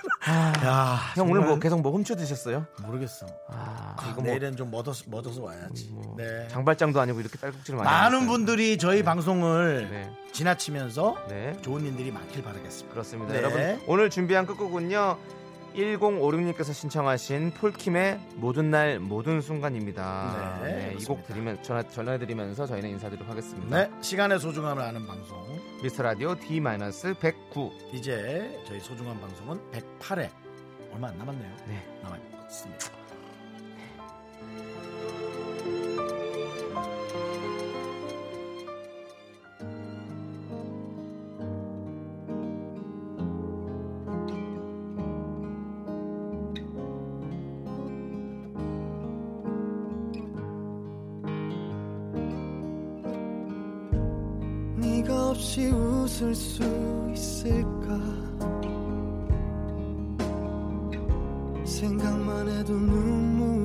S1: 야,
S2: 형 오늘 뭐
S1: 정말
S2: 계속 뭐 훔쳐 드셨어요?
S1: 모르겠어.
S2: 아,
S1: 아,
S2: 이거 뭐 음,
S1: 내일은 좀 멎어서, 서 와야지. 네.
S2: 장발장도 아니고 이렇게 딸꾹질을 많이.
S1: 많은
S2: 하셨어요.
S1: 분들이 저희 방송을
S2: 네.
S1: 지나치면서
S2: 네.
S1: 좋은 일들이 많길 바라겠습니다.
S2: 그렇습니다.
S1: 네.
S2: 여러분 오늘 준비한 끝곡은요. 1056님께서 신청하신 폴킴의 모든 날 모든 순간입니다.
S1: 네,
S2: 이
S1: 그렇습니다.
S2: 곡 드리면 전화 전화드리면서 저희는 인사드리도록 하겠습니다.
S1: 네, 시간의 소중함을 아는 방송.
S2: 미스터 라디오 D-109.
S1: 이제 저희 소중한 방송은 108회 얼마 안 남았네요.
S2: 네.
S1: 남았습니다.
S5: 네가 없이 웃을 수 있을까 생각만 해도 눈물